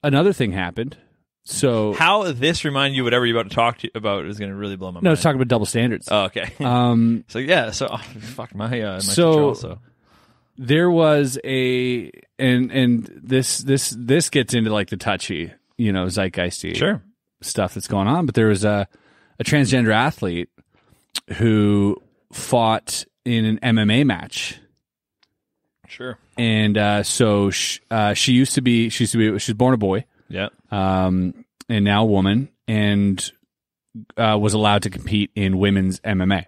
another thing happened. So How this remind you whatever you're about to talk to about is going to really blow my no, mind. it's talking about double standards. Oh, okay. um, so yeah. So oh, fuck my, uh, my So- teacher also. there was a and and this this this gets into like the touchy you know zeitgeisty Sure. stuff that's going on but there was a a transgender athlete who fought in an mma match Sure. and uh, so sh- uh, she used to be she used to be she's born a boy Yeah. um, and now a woman and uh, was allowed to compete in women's mma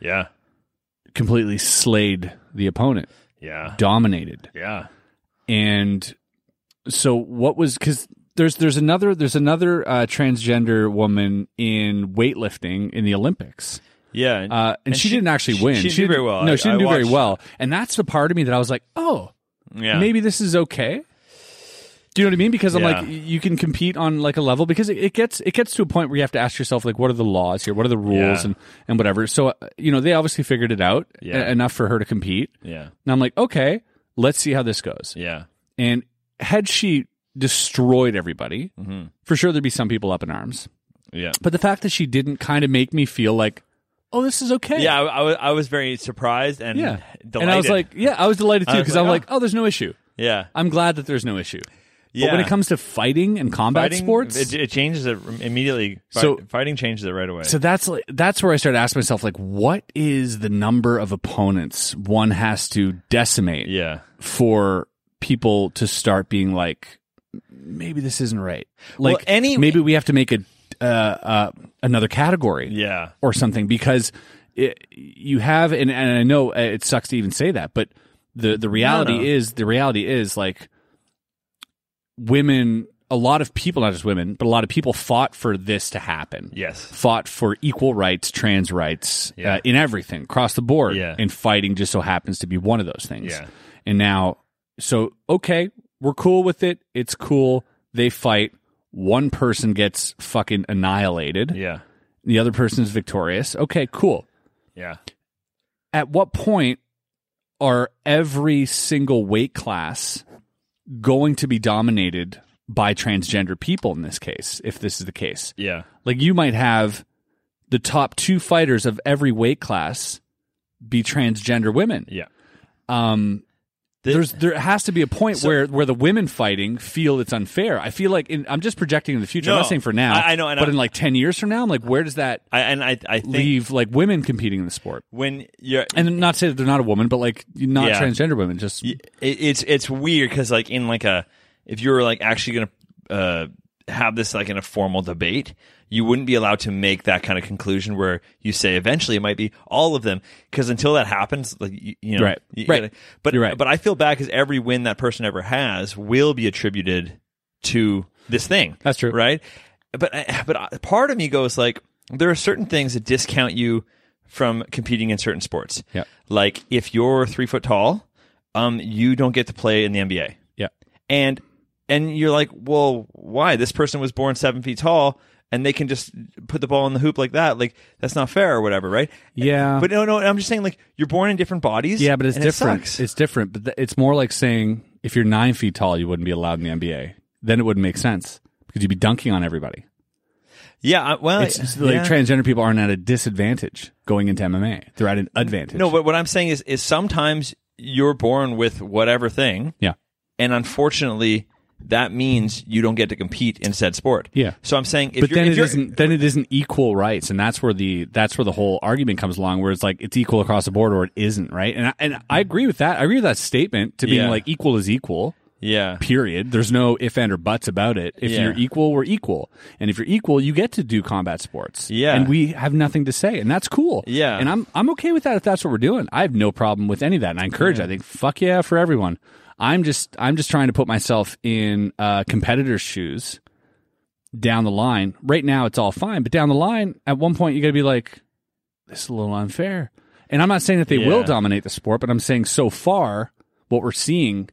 Yeah. completely slayed the opponent Yeah. dominated Yeah. and so what was because there's there's another there's another uh, transgender woman in weightlifting in the Olympics, Yeah. and- uh, and, And she, she- didn't actually she- win. she didn't do very well. No, I- she didn't I do very watched- well, and that's the part of me that I was like, oh, yeah. maybe this is okay. Do you know what I mean? Because I'm Yeah. like, y- you can compete on like a level because it, it gets it gets to a point where you have to ask yourself like, what are the laws here? What are the rules Yeah. and and whatever. So uh, you know they obviously figured it out Yeah. e- enough for her to compete. Yeah. And I'm like, okay, let's see how this goes. Yeah. And had she destroyed everybody, for sure there'd be some people up in arms. Mm-hmm. Yeah. But the fact that she didn't kind of make me feel like, oh, this is okay. Yeah. I, I, was, I was very surprised and Yeah. delighted. And I was like, yeah, I was delighted too was because like, I'm oh. like, oh, there's no issue. yeah. I'm glad that there's no issue. Yeah. But when it comes to fighting and combat fighting sports, it, it changes it immediately. Fi- So- fighting changes it right away. so that's like, that's where I started asking myself like, what is the number of opponents one has to decimate yeah. for people to start being like, maybe this isn't right. Well, Like any- maybe we have to make a uh, uh, another category Yeah. or something because it, you have and, and I know uh, it sucks to even say that, but the the reality no. is the reality is like women a lot of people not just women but a lot of people fought for this to happen Yes. fought for equal rights trans rights Yeah. uh, in everything across the board Yeah. and fighting just so happens to be one of those things Yeah. and now so okay we're cool with it it's cool they fight one person gets fucking annihilated Yeah. the other person is victorious. Okay, cool. Yeah. At what point are every single weight class going to be dominated by transgender people in this case, if this is the case? Yeah. Like you might have the top two fighters of every weight class be transgender women. Yeah. Um Th- there's there has to be a point So- where where the women fighting feel it's unfair. I feel like in, I'm just projecting in the future. No. I'm not saying for now. I- I know, and but I- in like ten years from now, I'm like, where does that I, and I, I think leave like women competing in the sport. when you're And not say that they're not a woman, but like not Yeah. transgender women. Just it, it's it's weird because like in like a if you were like actually gonna uh, have this like in a formal debate, you wouldn't be allowed to make that kind of conclusion where you say eventually it might be all of them because until that happens, like you, you know, Right. you Right. gotta- but You're right. but I feel bad because every win that person ever has will be attributed to this thing. That's true. right? But uh, I- but I- part of me goes like there are certain things that discount you from competing in certain sports. Yeah. Like if you're three foot tall, um, you don't get to play in the NBA. yeah, And and you're like, well, why? This person was born seven feet tall and they can just put the ball in the hoop like that. Like that's not fair or whatever, right? Yeah. But no, no, I'm just saying like you're born in different bodies. yeah, but it's and it different. sucks. it's different, but th- it's more like saying if you're nine feet tall, you wouldn't be allowed in the NBA. Then it wouldn't make sense because you'd be dunking on everybody. yeah. I- Well, It's it's like yeah. transgender people aren't at a disadvantage going into MMA; they're at an advantage. Mm. No, but what I'm saying is, is sometimes you're born with whatever thing, yeah, and unfortunately, that means you don't get to compete in said sport. Yeah. So I'm saying, if but you're, then if it you're- isn't. Then it isn't equal rights, and that's where the that's where the whole argument comes along, where it's like it's equal across the board or it isn't, right? And I, and I agree with that. I agree with that statement to being Yeah. like equal is equal. Yeah. period. There's no if and or buts about it. If Yeah. you're equal, we're equal. And if you're equal, you get to do combat sports. Yeah. And we have nothing to say. And that's cool. Yeah. And I'm I'm okay with that if that's what we're doing. I have no problem with any of that. And I encourage, I think, fuck yeah for everyone. I'm just I'm just trying to put myself in uh competitors' shoes down the line. Right now it's all fine, but down the line, at one point you gotta be like, This is a little unfair. And I'm not saying that they will Yeah. dominate the sport, but I'm saying so far what we're seeing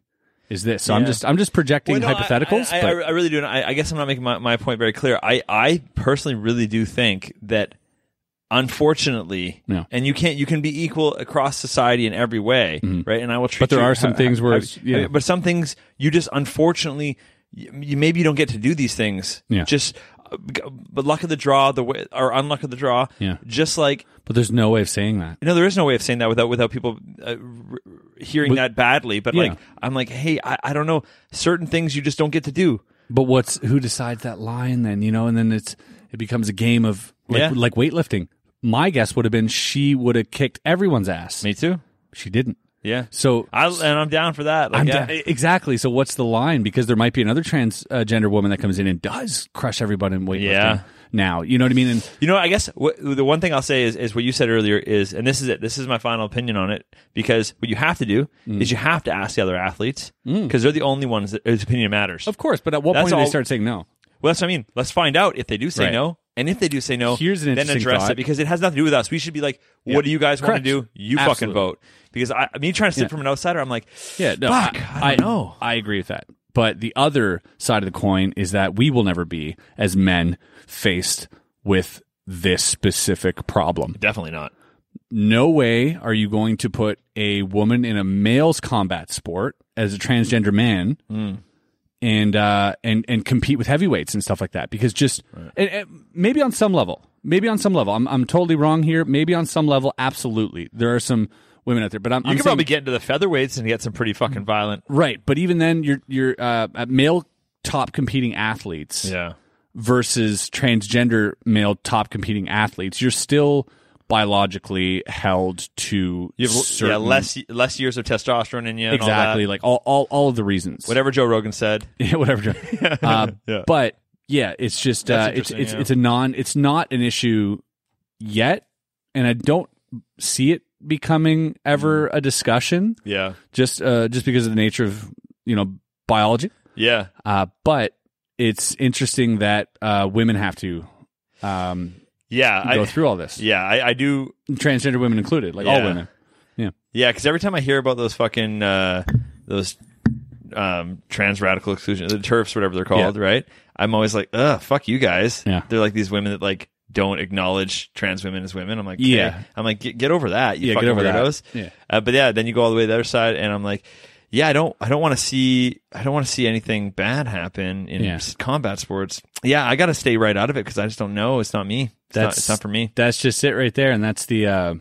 is this. So I'm Yeah. just I'm just projecting Well, no, I- hypotheticals. I, I, but I really do. And I, I guess I'm not making my, my point very clear. I, I personally really do think that unfortunately No. and you can't you can be equal across society in every way right and i will treat Mm-hmm. there you- are some I- things I- where I- it's- yeah. I- but some things you just unfortunately you, you- maybe you don't get to do these things Yeah. just uh, g- but luck of the draw the way or unluck of the draw Yeah. just like but there's no way of saying that. no, there is no way of saying that without without people uh, r- hearing that badly. But Yeah. like, I'm like, hey, I, I don't know. Certain things you just don't get to do. But what's who decides that line then, you know, and then it's it becomes a game of like Yeah. like weightlifting. My guess would have been she would have kicked everyone's ass. too. She didn't. Yeah. So I and I'm down for that. Like, I'm yeah. da- exactly. So what's the line? Because there might be another transgender woman that comes in and does crush everybody in weightlifting Yeah. now. You know what I mean? And you know, I guess what, the one thing I'll say is is what you said earlier is, and this is it. This is my final opinion on it because what you have to do is you have to ask the other athletes because they're the only ones that, whose opinion matters. of course, but at what That's point do all- they start saying no? Well, that's what I mean. Let's find out if they do say Right. no. And if they do say no, Here's an then interesting address thought. it because it has nothing to do with us. We should be like, what do you guys want Correct. to do? You fucking Absolutely. vote. Because I, me trying to sit Yeah. from an outsider, I'm like, Yeah, no, fuck, I, I, don't know. I agree with that. But the other side of the coin is that we will never be as men faced with this specific problem. Definitely not. No way are you going to put a woman in a male's combat sport as a transgender man Mm. and uh, and and compete with heavyweights and stuff like that because just and, and maybe on some level, maybe on some level, I'm I'm totally wrong here. Maybe on some level, absolutely, there are some women out there, but I'm You I'm could saying- probably get into the featherweights and get some pretty fucking violent. Right, but even then, you're you're uh, at male top competing athletes Yeah. versus transgender male top competing athletes. You're still biologically held to You have certain, yeah, less less years of testosterone in you. and all that. exactly like all, all all of the reasons Whatever Joe Rogan said. Yeah, whatever. Uh, Yeah. But yeah, it's just uh, That's it's it's interesting, it's a non it's not an issue yet, and I don't see it becoming ever a discussion Mm. Yeah. just uh, just because of the nature of you know biology. Yeah. Uh, but it's interesting that uh, women have to um, Yeah. go I, through all this, yeah. I, I do. transgender women included, like all Yeah. women. Yeah. Because every time I hear about those fucking, uh, those um, trans radical exclusion, the turfs, whatever they're called, right? I'm always like, ugh, fuck you guys. Yeah. They're like these women that like don't acknowledge trans women as women. I'm like, Yeah. yeah. I'm like, get, get over that. You Yeah, get fucking over that. weirdos. Yeah. Uh, but yeah, then you go all the way to the other side, and I'm like, yeah, I don't, I don't want to see, I don't want to see anything bad happen in Yeah. s- combat sports. Yeah, I got to stay right out of it because I just don't know. It's not me. It's, not, That's- it's not for me. that's just it right there and that's the uh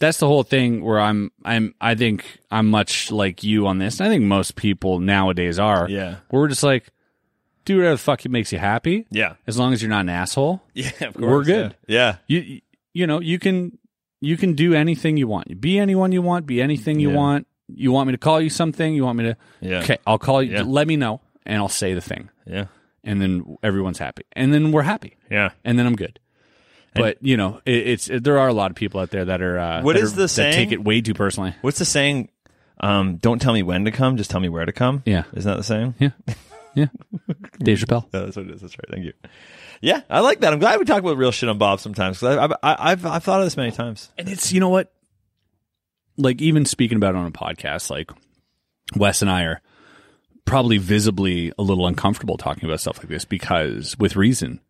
that's the whole thing where i'm i'm i think i'm much like you on this and i think most people nowadays are Yeah. we're just like do whatever the fuck makes you happy Yeah. as long as you're not an asshole Yeah. Of course. We're good. Yeah. you you know you can you can do anything you want You be anyone you want be anything you Yeah. want you want me to call you something you want me to Yeah. okay i'll call you Yeah. let me know and i'll say the thing Yeah. and then everyone's happy and then we're happy Yeah. and then I'm good. But you know, it, it's it, there are a lot of people out there that are uh, What that is are- the that saying? take it way too personally. What's the saying? Um, don't tell me when to come, just tell me where to come. Yeah. Isn't that the saying? Yeah, yeah. Dave Chappelle. No, that's what it is. That's right. Thank you. Yeah, I like that. I'm glad we talk about real shit on Bob sometimes because I've, I- I've I've thought of this many times. And it's you know what, like even speaking about it on a podcast, like Wes and I are probably visibly a little uncomfortable talking about stuff like this because with reason,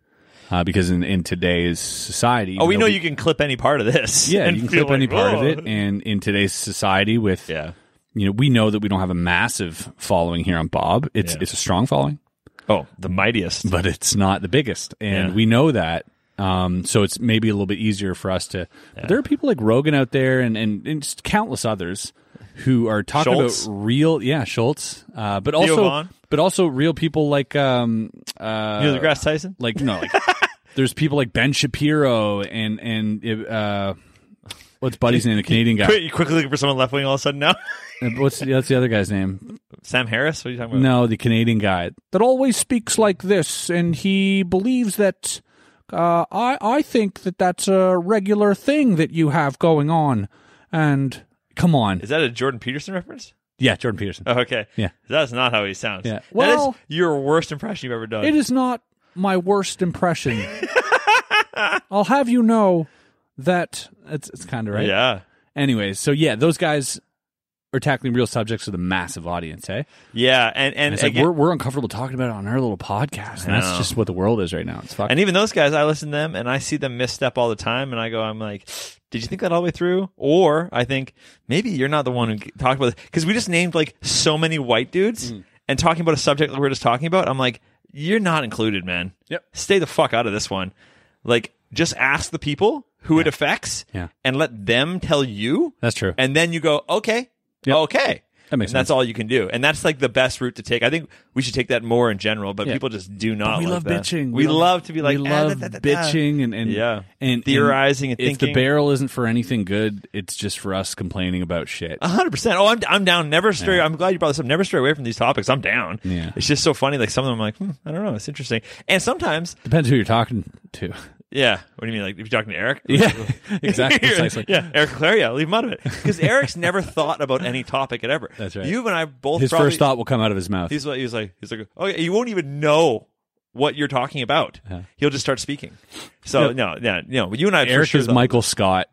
uh, because in, in today's society, Oh, we even know though you can clip any part of this. yeah and you can feel clip any like, part "Whoa." of it, and in today's society with Yeah. you know we know that we don't have a massive following here on Bob. It's Yeah. it's a strong following. Oh, the mightiest. but it's not the biggest, and Yeah. we know that. Um, so it's maybe a little bit easier for us to. But there are people like Rogan out there, and and, and just countless others who are talking Schultz. about real, yeah, Schultz, uh, but also Vaughn. but also real people like um uh Neil deGrasse Tyson. like no like there's people like Ben Shapiro and and uh what's Buddy's name the Canadian guy Wait, you quickly looking for someone left wing all of a sudden now? what's the, that's the other guy's name Sam Harris? What are you talking about? No, the Canadian guy that always speaks like this, and he believes that. Uh, I I think that that's a regular thing that you have going on, and come on, Is that a Jordan Peterson reference? yeah, Jordan Peterson. Oh, okay. Yeah. That's not how he sounds. Yeah. Well, Well- that is your worst impression you've ever done. Oh. It is not my worst impression. I'll have you know that it's it's kind of right. Yeah. Anyways, so yeah, those guys are tackling real subjects with a massive audience, eh? Yeah. And and, And it's again- like we're we're uncomfortable talking about it on our little podcast, and know. that's just what the world is right now. It's fucking and even those guys, I listen to them and I see them misstep all the time, and I go, I'm like, did you think that all the way through? Or I think maybe you're not the one who g- talked about it because we just named like so many white dudes and talking about a subject that we're just talking about. I'm like, you're not included, man. Yep. Stay the fuck out of this one. Like, just ask the people who it affects, Yeah. and let them tell you. that's true. And then you go, okay, okay. That makes and that's all you can do, and that's like the best route to take. I think we should take that more in general, but Yeah. people just do not. we like love that. bitching. We, love, to be like we "Ah, love da, da, da, da." bitching and, and Yeah. and Theorizing and if thinking. the barrel isn't for anything good, it's just for us complaining about shit. A hundred percent. Oh, I'm I'm down. Never stray. I'm glad you brought this up. Never stray away from these topics. I'm down. Yeah. It's just so funny. Like some of them, I'm like, hmm, I don't know. It's interesting. And sometimes, Depends who you're talking to. yeah. What do you mean? Like if you're talking to Eric, exactly. Precisely. yeah, Eric Claria, leave him out of it because Eric's never thought about any topic at ever. That's right. You and I both. His probably, first thought will come out of his mouth. He's like, he's like, he's like, oh, yeah, you won't even know what you're talking about. Uh-huh. He'll just start speaking. So no, yeah, no. You and I, for Eric sure is though. Michael Scott.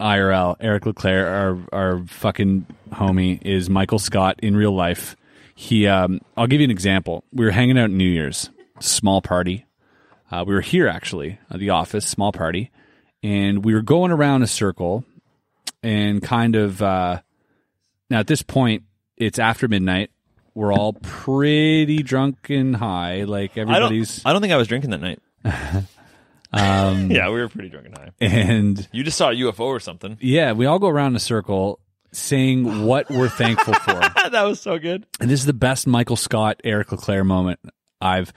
IRL Eric Leclaire, our our fucking homie, is Michael Scott in real life. He, um, I'll give you an example. We were hanging out New Year's, small party. Uh, we were here actually, at the office, small party, and we were going around a circle, and kind of uh, now at this point it's after midnight. We're all pretty drunk and high, like I don't. everybody's, I don't think I was drinking that night. Um, yeah, we were pretty drunk and high. and You just saw a UFO or something. Yeah, we all go around in a circle saying what we're thankful for. that was so good. And this is the best Michael Scott, Eric LeClaire moment I've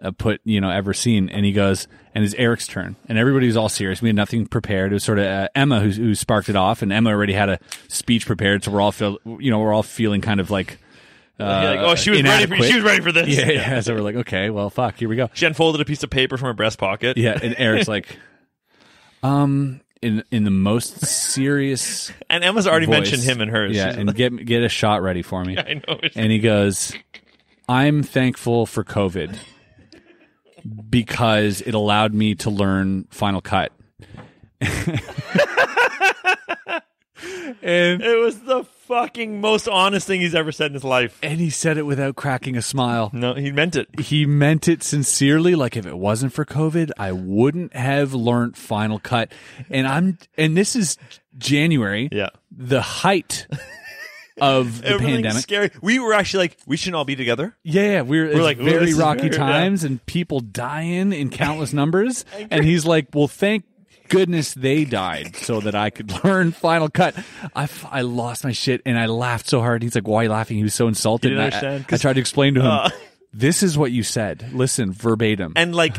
uh, put you know ever seen. And he goes, and it's Eric's turn, and everybody's all serious. We had nothing prepared. It was sort of uh, Emma who who sparked it off, and Emma already had a speech prepared, so we're all feel you know we're all feeling kind of like. Uh, You're like, oh, she was ready. For, inadequate. she was ready for this. Yeah, yeah. So we're like, okay, well, fuck, here we go. She unfolded a piece of paper from her breast pocket. Yeah, and Eric's like, um, in in the most serious and Emma's already voice, mentioned him and hers. Yeah, She's "Oh, and like, get get a shot ready for me. I know. And he goes, I'm thankful for COVID because it allowed me to learn Final Cut. and It was the fucking most honest thing he's ever said in his life. and he said it without cracking a smile. No, he meant it. he meant it sincerely like if it wasn't for covid i wouldn't have learned final cut and i'm and this is january Yeah. the height of the Everything's pandemic scary. We were actually like, we shouldn't all be together. yeah, yeah, we're, it's like, "Ooh, this very is rocky weird," yeah. times and people dying in countless numbers and he's like well thank goodness they died so that i could learn final cut I, f- I lost my shit and i laughed so hard he's like why are you laughing he was so insulted He didn't and I- understand, I, 'cause- tried to explain to him Uh. this is what you said listen verbatim And like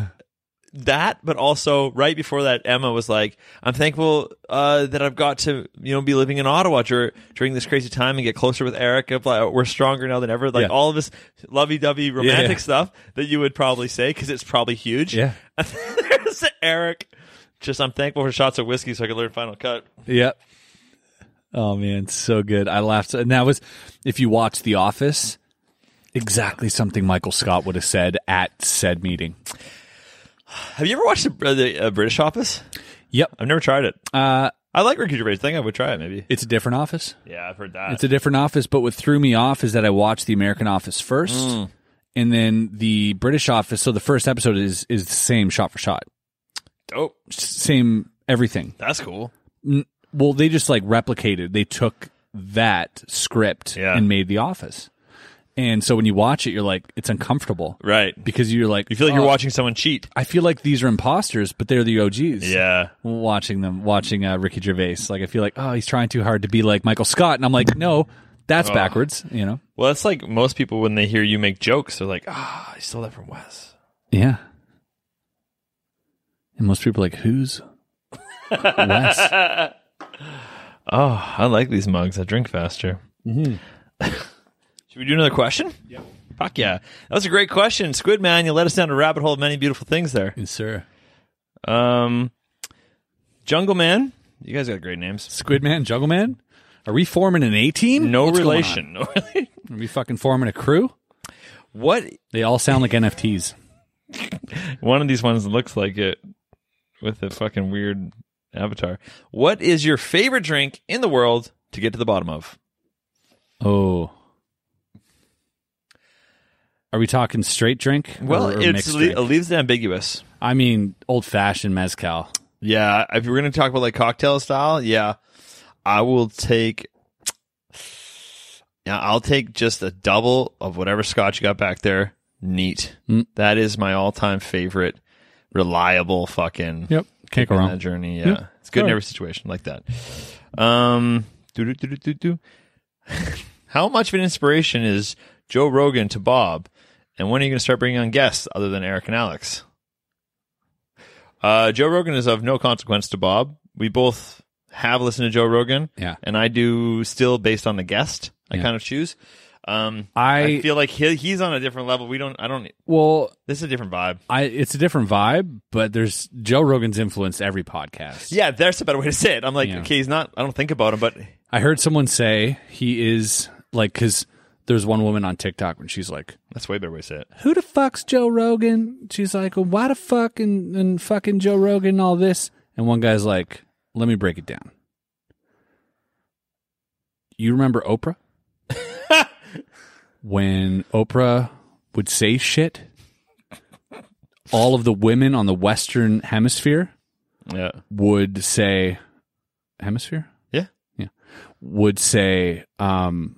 that, but also right before that, Emma was like, I'm thankful uh, that I've got to, you know, be living in Ottawa dur- during this crazy time and get closer with Eric. If, like, we're stronger now than ever. Like Yeah. all of this lovey dovey romantic yeah. stuff that you would probably say because it's probably huge. Yeah. And then there's Eric. Just, I'm thankful for shots of whiskey so I could learn Final Cut. Yep. Oh man, so good. I laughed, and that was if you watch The Office, exactly something Michael Scott would have said at said meeting. Have you ever watched the, uh, the uh, British Office? Yep. I've never tried it. Uh, I like Ricky Gervais. I think I would try it maybe. it's a different office. Yeah, I've heard that. It's a different office, but what threw me off is that I watched the American Office first, Mm. and then the British Office. So the first episode is is the same shot for shot, dope. same everything. That's cool. Well, they just like replicated. They took that script Yeah. and made The Office. And so when you watch it, you're like, it's uncomfortable. Right. because you're like You feel like "Oh, you're watching someone cheat. uh, I feel like these are imposters, but they're the OGs. Yeah. watching them, watching uh, Ricky Gervais, like I feel like oh, he's trying too hard to be like Michael Scott, and I'm like, no, Oh. that's backwards, you know? Well, that's like most people when they hear you make jokes, they're like, ah, I stole that from Wes. Yeah. And most people are like, who's Wes? Oh, I like these mugs. I drink faster. Should we do another question? Mm-hmm. Yeah. Fuck yeah. That was a great question. Squid Man, you let us down a rabbit hole of many beautiful things there. sir, Um, Jungle Man, you guys got great names. Squid Man, Juggle Man? Are we forming an A team? No What's going relation. No relation. on? Are we fucking forming a crew? What They all sound like NFTs. one of these ones looks like it with a fucking weird avatar. What is your favorite drink in the world to get to the bottom of? Oh. Are we talking straight drink? or- Well, or it's mixed le- drink? it leaves it ambiguous. I mean, old fashioned mezcal. Yeah, if we're gonna talk about like cocktail style, yeah, I will take. Yeah, I'll take just a double of whatever scotch you got back there, neat. That is my all-time favorite, reliable fucking. Yep. Can't go on wrong. that journey. Yeah, Yeah. it's good in Alright. every situation like that. Um, do do do do do. How much of an inspiration is Joe Rogan to Bob, and when are you going to start bringing on guests other than Eric and Alex? Uh, Joe Rogan is of no consequence to Bob. We both have listened to Joe Rogan, Yeah. and I do still based on the guest. I Yeah. kind of choose. Um, I, I feel like he, he's on a different level. We don't. I don't. well, This is a different vibe. I it's a different vibe, but there's Joe Rogan's influenced every podcast. Yeah, that's a better way to say it. I'm like, Yeah. okay, he's not. I don't think about him, but I heard someone say he is like because there's one woman on TikTok when she's like, That's way better way to say it. "Who the fuck's Joe Rogan?" She's like, well, "Why the fuck and, and fucking Joe Rogan and all this?" And one guy's like, "Let me break it down." You remember Oprah? when Oprah would say shit, all of the women on the Western Hemisphere Yeah. would say, "Hemisphere." Yeah. would say, um,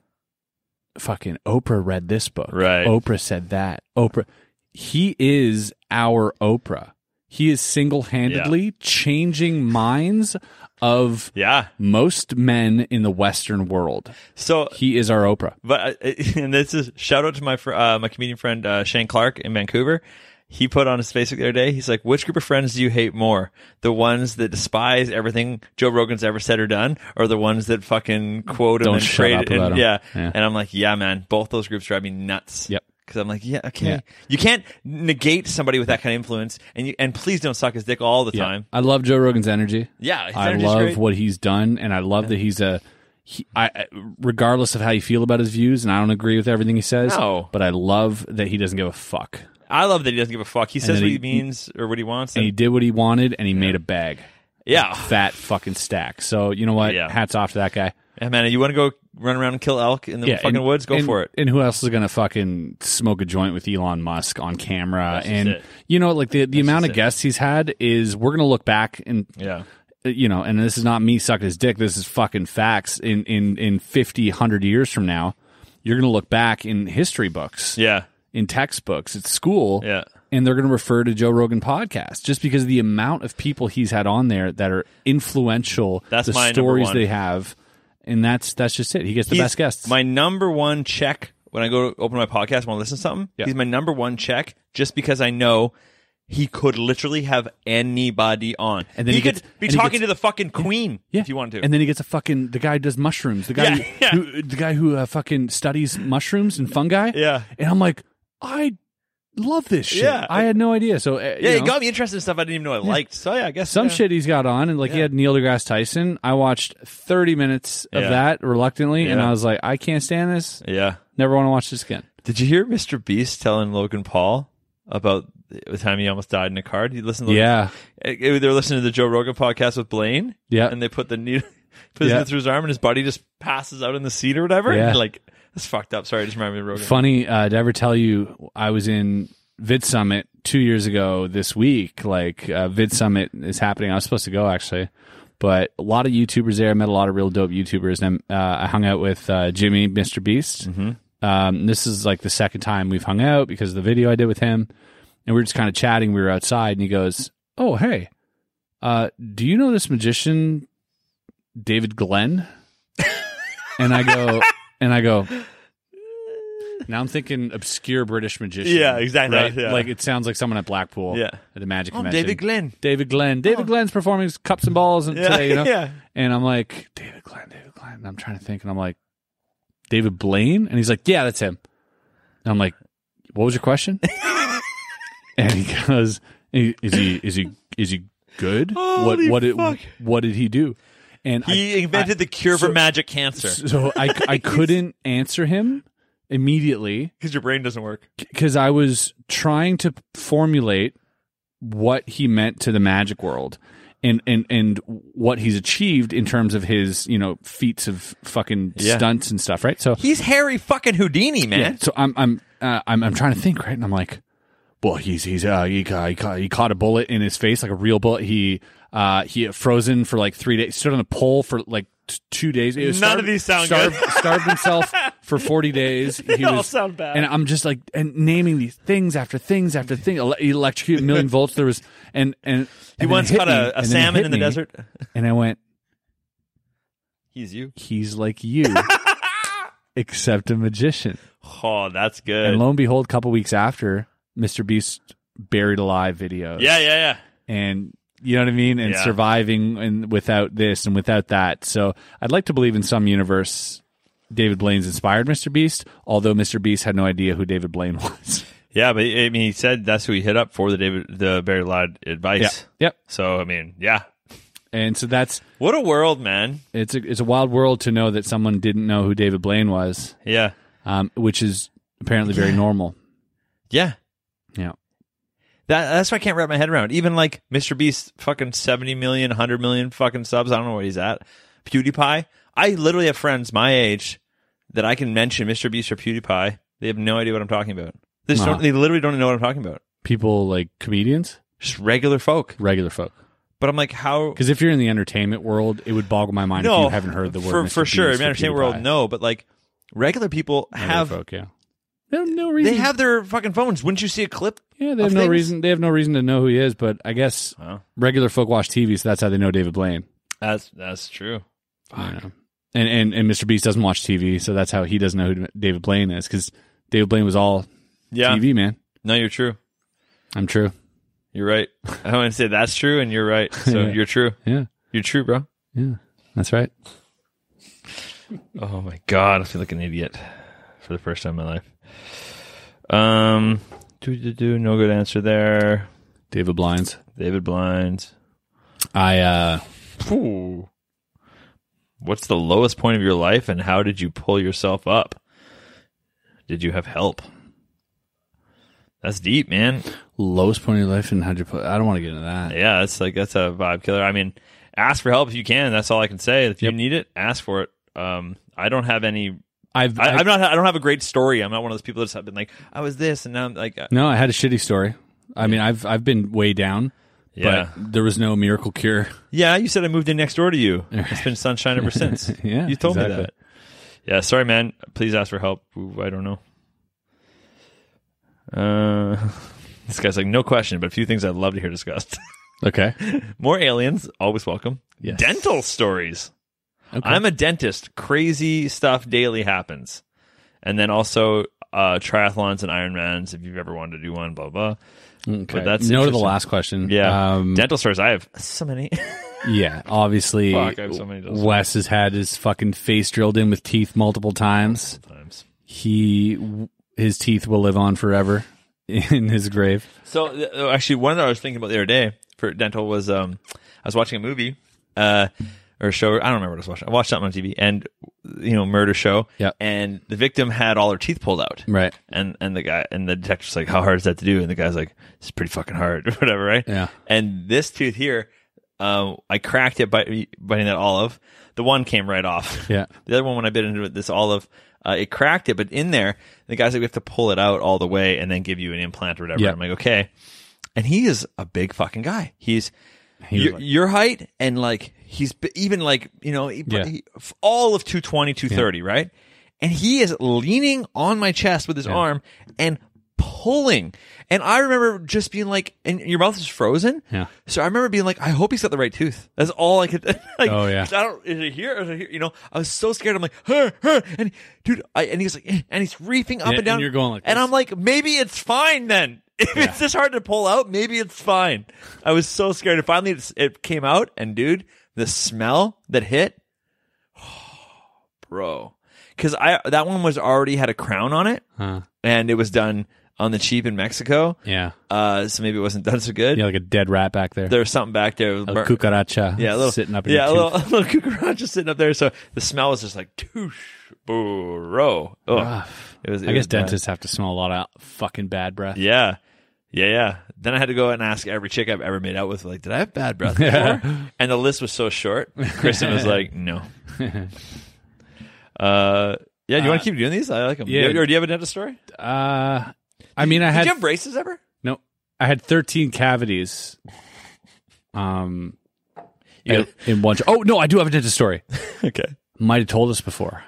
fucking Oprah read this book. Right. Oprah said that. Oprah. He is our Oprah. He is single handedly changing minds of Yeah. most men in the Western world. So, He is our Oprah. but, uh, and this is shout out to my, fr- uh, my comedian friend, uh, Shane Clark in Vancouver. he put on his Facebook the other day. He's like, which group of friends do you hate more? The ones that despise everything Joe Rogan's ever said or done, or the ones that fucking quote Don't him and shut trade up it? And, about 'em. yeah. Yeah. And I'm like, yeah, man, both those groups drive me nuts. Yep. Because I'm like, yeah, okay. Yeah. You can't negate somebody with that kind of influence, and you, and please don't suck his dick all the time. I love Joe Rogan's energy. Yeah, his I energy's love great. what he's done, and I love that he's a. He, I, I- regardless of how you feel about his views, and I don't agree with everything he says, No. but I love that he doesn't give a fuck. I love that he doesn't give a fuck. He says then what he- he means or what he wants. And he and- did what he wanted, and he made a bag, yeah. fat fucking stack. So you know what? Yeah. Hats off to that guy. Yeah, man, you want to go run around and kill elk in the yeah, fucking and- woods? Go and- for it. And who else is going to fucking smoke a joint with Elon Musk on camera? just and it. you know, like the, the amount of it. guests he's had is we're going to look back and Yeah. uh, you know, and this is not me sucking his dick. This is fucking facts. In in in 50, 100 years from now, you're going to look back in history books, Yeah. in textbooks, at school, Yeah. and they're going to refer to Joe Rogan podcast just because of the amount of people he's had on there that are influential. That's the my number stories one. they have, and that's that's just it. He gets the He's best guests. My number one check when I go to open my podcast and want to listen to something, Yeah. he's my number one check just because I know he could literally have anybody on. And then he, he could gets- be and he talking gets- to the fucking queen if you want to. And then he gets a fucking the guy who does mushrooms. The guy Yeah, who, yeah. who- the guy who uh, fucking studies mushrooms and fungi. Yeah. And I'm like, I love this shit. Yeah. I had no idea. So uh, yeah, you it know, got me interested in stuff I didn't even know I liked. So yeah, I guess some yeah. shit he's got on, and like he Yeah. had Neil deGrasse Tyson. I watched 30 minutes of Yeah. that reluctantly, and Yeah. I was like, I can't stand this. Yeah. Never want to watch this again. Did you hear Mr. Beast telling Logan Paul about the time he almost died in a car? Did you listen to Logan Yeah. It- it- they were Eh, listening to the Joe Rogan podcast with Blaine. Yeah. And they put the needle put his Yeah. needle through his arm and his body just passes out in the seat or whatever. Yeah. And like, that's fucked up. Sorry, I just remember me of Rogan. Funny, uh, did I ever tell you I was in Vid Summit two years ago this week? Like, uh, Vid Summit is happening. I was supposed to go actually, but a lot of YouTubers there. I met a lot of real dope YouTubers, and uh, I hung out with uh, Jimmy, Mr. Beast. Um, this is like the second time we've hung out because of the video I did with him, and we were just kind of chatting. We were outside, and he goes, "Oh, hey, uh, do you know this magician, David Glenn?" and I go, and I go. Now I'm thinking obscure British magician. Yeah, exactly, right? yeah. Like it sounds like someone at Blackpool. Yeah. At the Magic Oh, Convention. David Glenn. David Glenn. David Glenn's performing his cups and balls and Oh. Yeah, today, you know. yeah. And I'm like, David Glenn, David Glenn. And I'm trying to think, and I'm like, David Blaine? And he's like, Yeah, that's him. And I'm like, What was your question? and he goes, "I- Is he is he is he good? Holy what what did fuck. what did he do? And I- He invented the cure for so- magic cancer so I I couldn't answer him immediately because your brain doesn't work. because I was trying to formulate what he meant to the magic world and, and and what he's achieved in terms of his you know feats of fucking Yeah. stunts and stuff, right? So He's Harry fucking Houdini, man. so I'm I'm uh, I'm I'm trying to think, right? And I'm like, well, he's he's uh, he, ca- he, ca- he caught a bullet in his face, like a real bullet. He uh he frozen for like three days, stood on a pole for like t- two days. It was None of these sound starved, good. starved himself for forty days. He all sound bad. And I'm just like and naming these things after things after thing. Ele- electrocuted a million volts. There was and and He once caught a, a salmon in the desert. and I went. He's you. He's like you, except a magician. Oh, that's good. And lo and behold, a couple weeks after, Mr. Beast buried alive videos. yeah, yeah, yeah. And you know what I mean? And Yeah. surviving and without this and without that. So I'd like to believe in some universe David Blaine's inspired Mr. Beast, although Mr. Beast had no idea who David Blaine was. Yeah, but I mean, he said that's who he hit up for the David, the Barry Loud advice. yeah. Yep. So I mean, yeah. And so that's What a world, man. it's a, it's a wild world to know that someone didn't know who David Blaine was, Yeah, um, which is apparently very normal. yeah. Yeah. That, that's why I can't wrap my head around. Even like Mr. Beast, fucking 70 million, 100 million fucking subs. I don't know where he's at. PewDiePie. I literally have friends my age that I can mention Mr. Beast or PewDiePie. They have no idea what I'm talking about. They, just Nah. don't, they literally don't know what I'm talking about. People like comedians, Just regular folk. regular folk. But I'm like, how? Because if you're in the entertainment world, it would boggle my mind if you haven't heard the word for, Mr. for sure. Beast In the or entertainment PewDiePie. world, no. But like regular people Regular have folk, yeah. They have no reason. they have their fucking phones. Wouldn't you see a clip? yeah. They have of no things. reason. They have no reason to know who he is. But I guess Well, regular folk watch TV, so that's how they know David Blaine. that's that's true. You know? And and and Mr. Beast doesn't watch TV, so that's how he doesn't know who David Blaine is. Because David Blaine was all Yeah. TV, man. No, you're true. I'm true. You're right. I want to say that's true, and you're right. So Yeah. you're true. Yeah. You're true, bro. Yeah. That's right. Oh my god, I feel like an idiot for the first time in my life. Um, do do do. No good answer there. David Blinds. David Blind. I uh Ooh. What's the lowest point of your life, and how did you pull yourself up? Did you have help? That's deep, man. lowest point of your life and how'd you put I don't want to get into that. Yeah, that's like that's a vibe killer. I mean, ask for help if you can. That's all I can say. If you need it, ask for it. Um, I don't have any. I've, I, I've I'm not. I don't have a great story. I'm not one of those people that's been like, I was this, and now I'm like, uh, No, I had a shitty story. I mean I've I've been way down, yeah, but there was no miracle cure. yeah. You said I moved in next door to you. It's been sunshine ever since. Yeah, you told me exactly. that. Yeah, sorry, man. Please ask for help. Ooh, I don't know. Uh, this guy's like, no question, but a few things I'd love to hear discussed. Okay. More aliens, always welcome. Yes. Dental stories. Okay. I'm a dentist. Crazy stuff daily happens. And then also uh, triathlons and Ironmans if you've ever wanted to do one, blah, blah. okay. but that's no to the interesting. last question. Yeah. Um, Dental stories. I have so many. yeah. Obviously, Fuck, I have so many of those. Wes has had his fucking face drilled in with teeth multiple times. Times. He his teeth will live on forever in his grave. So uh, actually, one that I was thinking about the other day for dental was um, I was watching a movie uh, or a show. I don't remember what I was watching. I watched something on TV and you know murder show. Yeah. And the victim had all her teeth pulled out. Right. And and the guy and the detective's like, "How hard is that to do?" And the guy's like, "It's pretty fucking hard, whatever." Right. Yeah. And this tooth here, um, I cracked it by biting that olive. The one came right off. Yeah. The other one, when I bit into it, this olive, uh, it cracked it, but in there, the guy's like, we have to pull it out all the way and then give you an implant or whatever. Yeah. I'm like, okay. And he is a big fucking guy. He's was your, like- your height and like, he's b- even like, you know, he, Yeah. he- f- all of 220, 230, right? And he is leaning on my chest with his arm and pulling. And I remember just being like, and your mouth is frozen. Yeah. So I remember being like, I hope he's got the right tooth. That's all I could. like, Oh, yeah. I don't. Is it here? Is it here? You know, I was so scared. I'm like, huh, huh. and dude, I, and he's like, eh, and he's reefing up Yeah, and down. and you're going like and this. I'm like, maybe it's fine then. If it's this hard to pull out, maybe it's fine. I was so scared. And finally, it's, it came out, and dude, the smell that hit, bro, because I that one was already had a crown on it, Huh. and it was done on the cheap in Mexico. Yeah. Uh, so maybe it wasn't done so good. Yeah, like a dead rat back there. There was something back there. with a mur- cucaracha. yeah, a little, sitting up. In yeah, your a tooth. little, a little cucaracha sitting up there. So the smell was just like toosh, bro. Oh, Rough. it was. it I was guess bad. dentists have to smell a lot of fucking bad breath. Yeah, yeah, yeah. Then I had to go and ask every chick I've ever made out with, like, did I have bad breath before? Yeah. And the list was so short. Kristen was like, no. uh, yeah. Do you want to keep doing these? I like them. yeah. or do you have a dentist story? Uh, I mean, I Did had you have braces ever? no, I had thirteen cavities. Um, You- in, in one. Oh no, I do have a dentist story. okay. Might have told us before.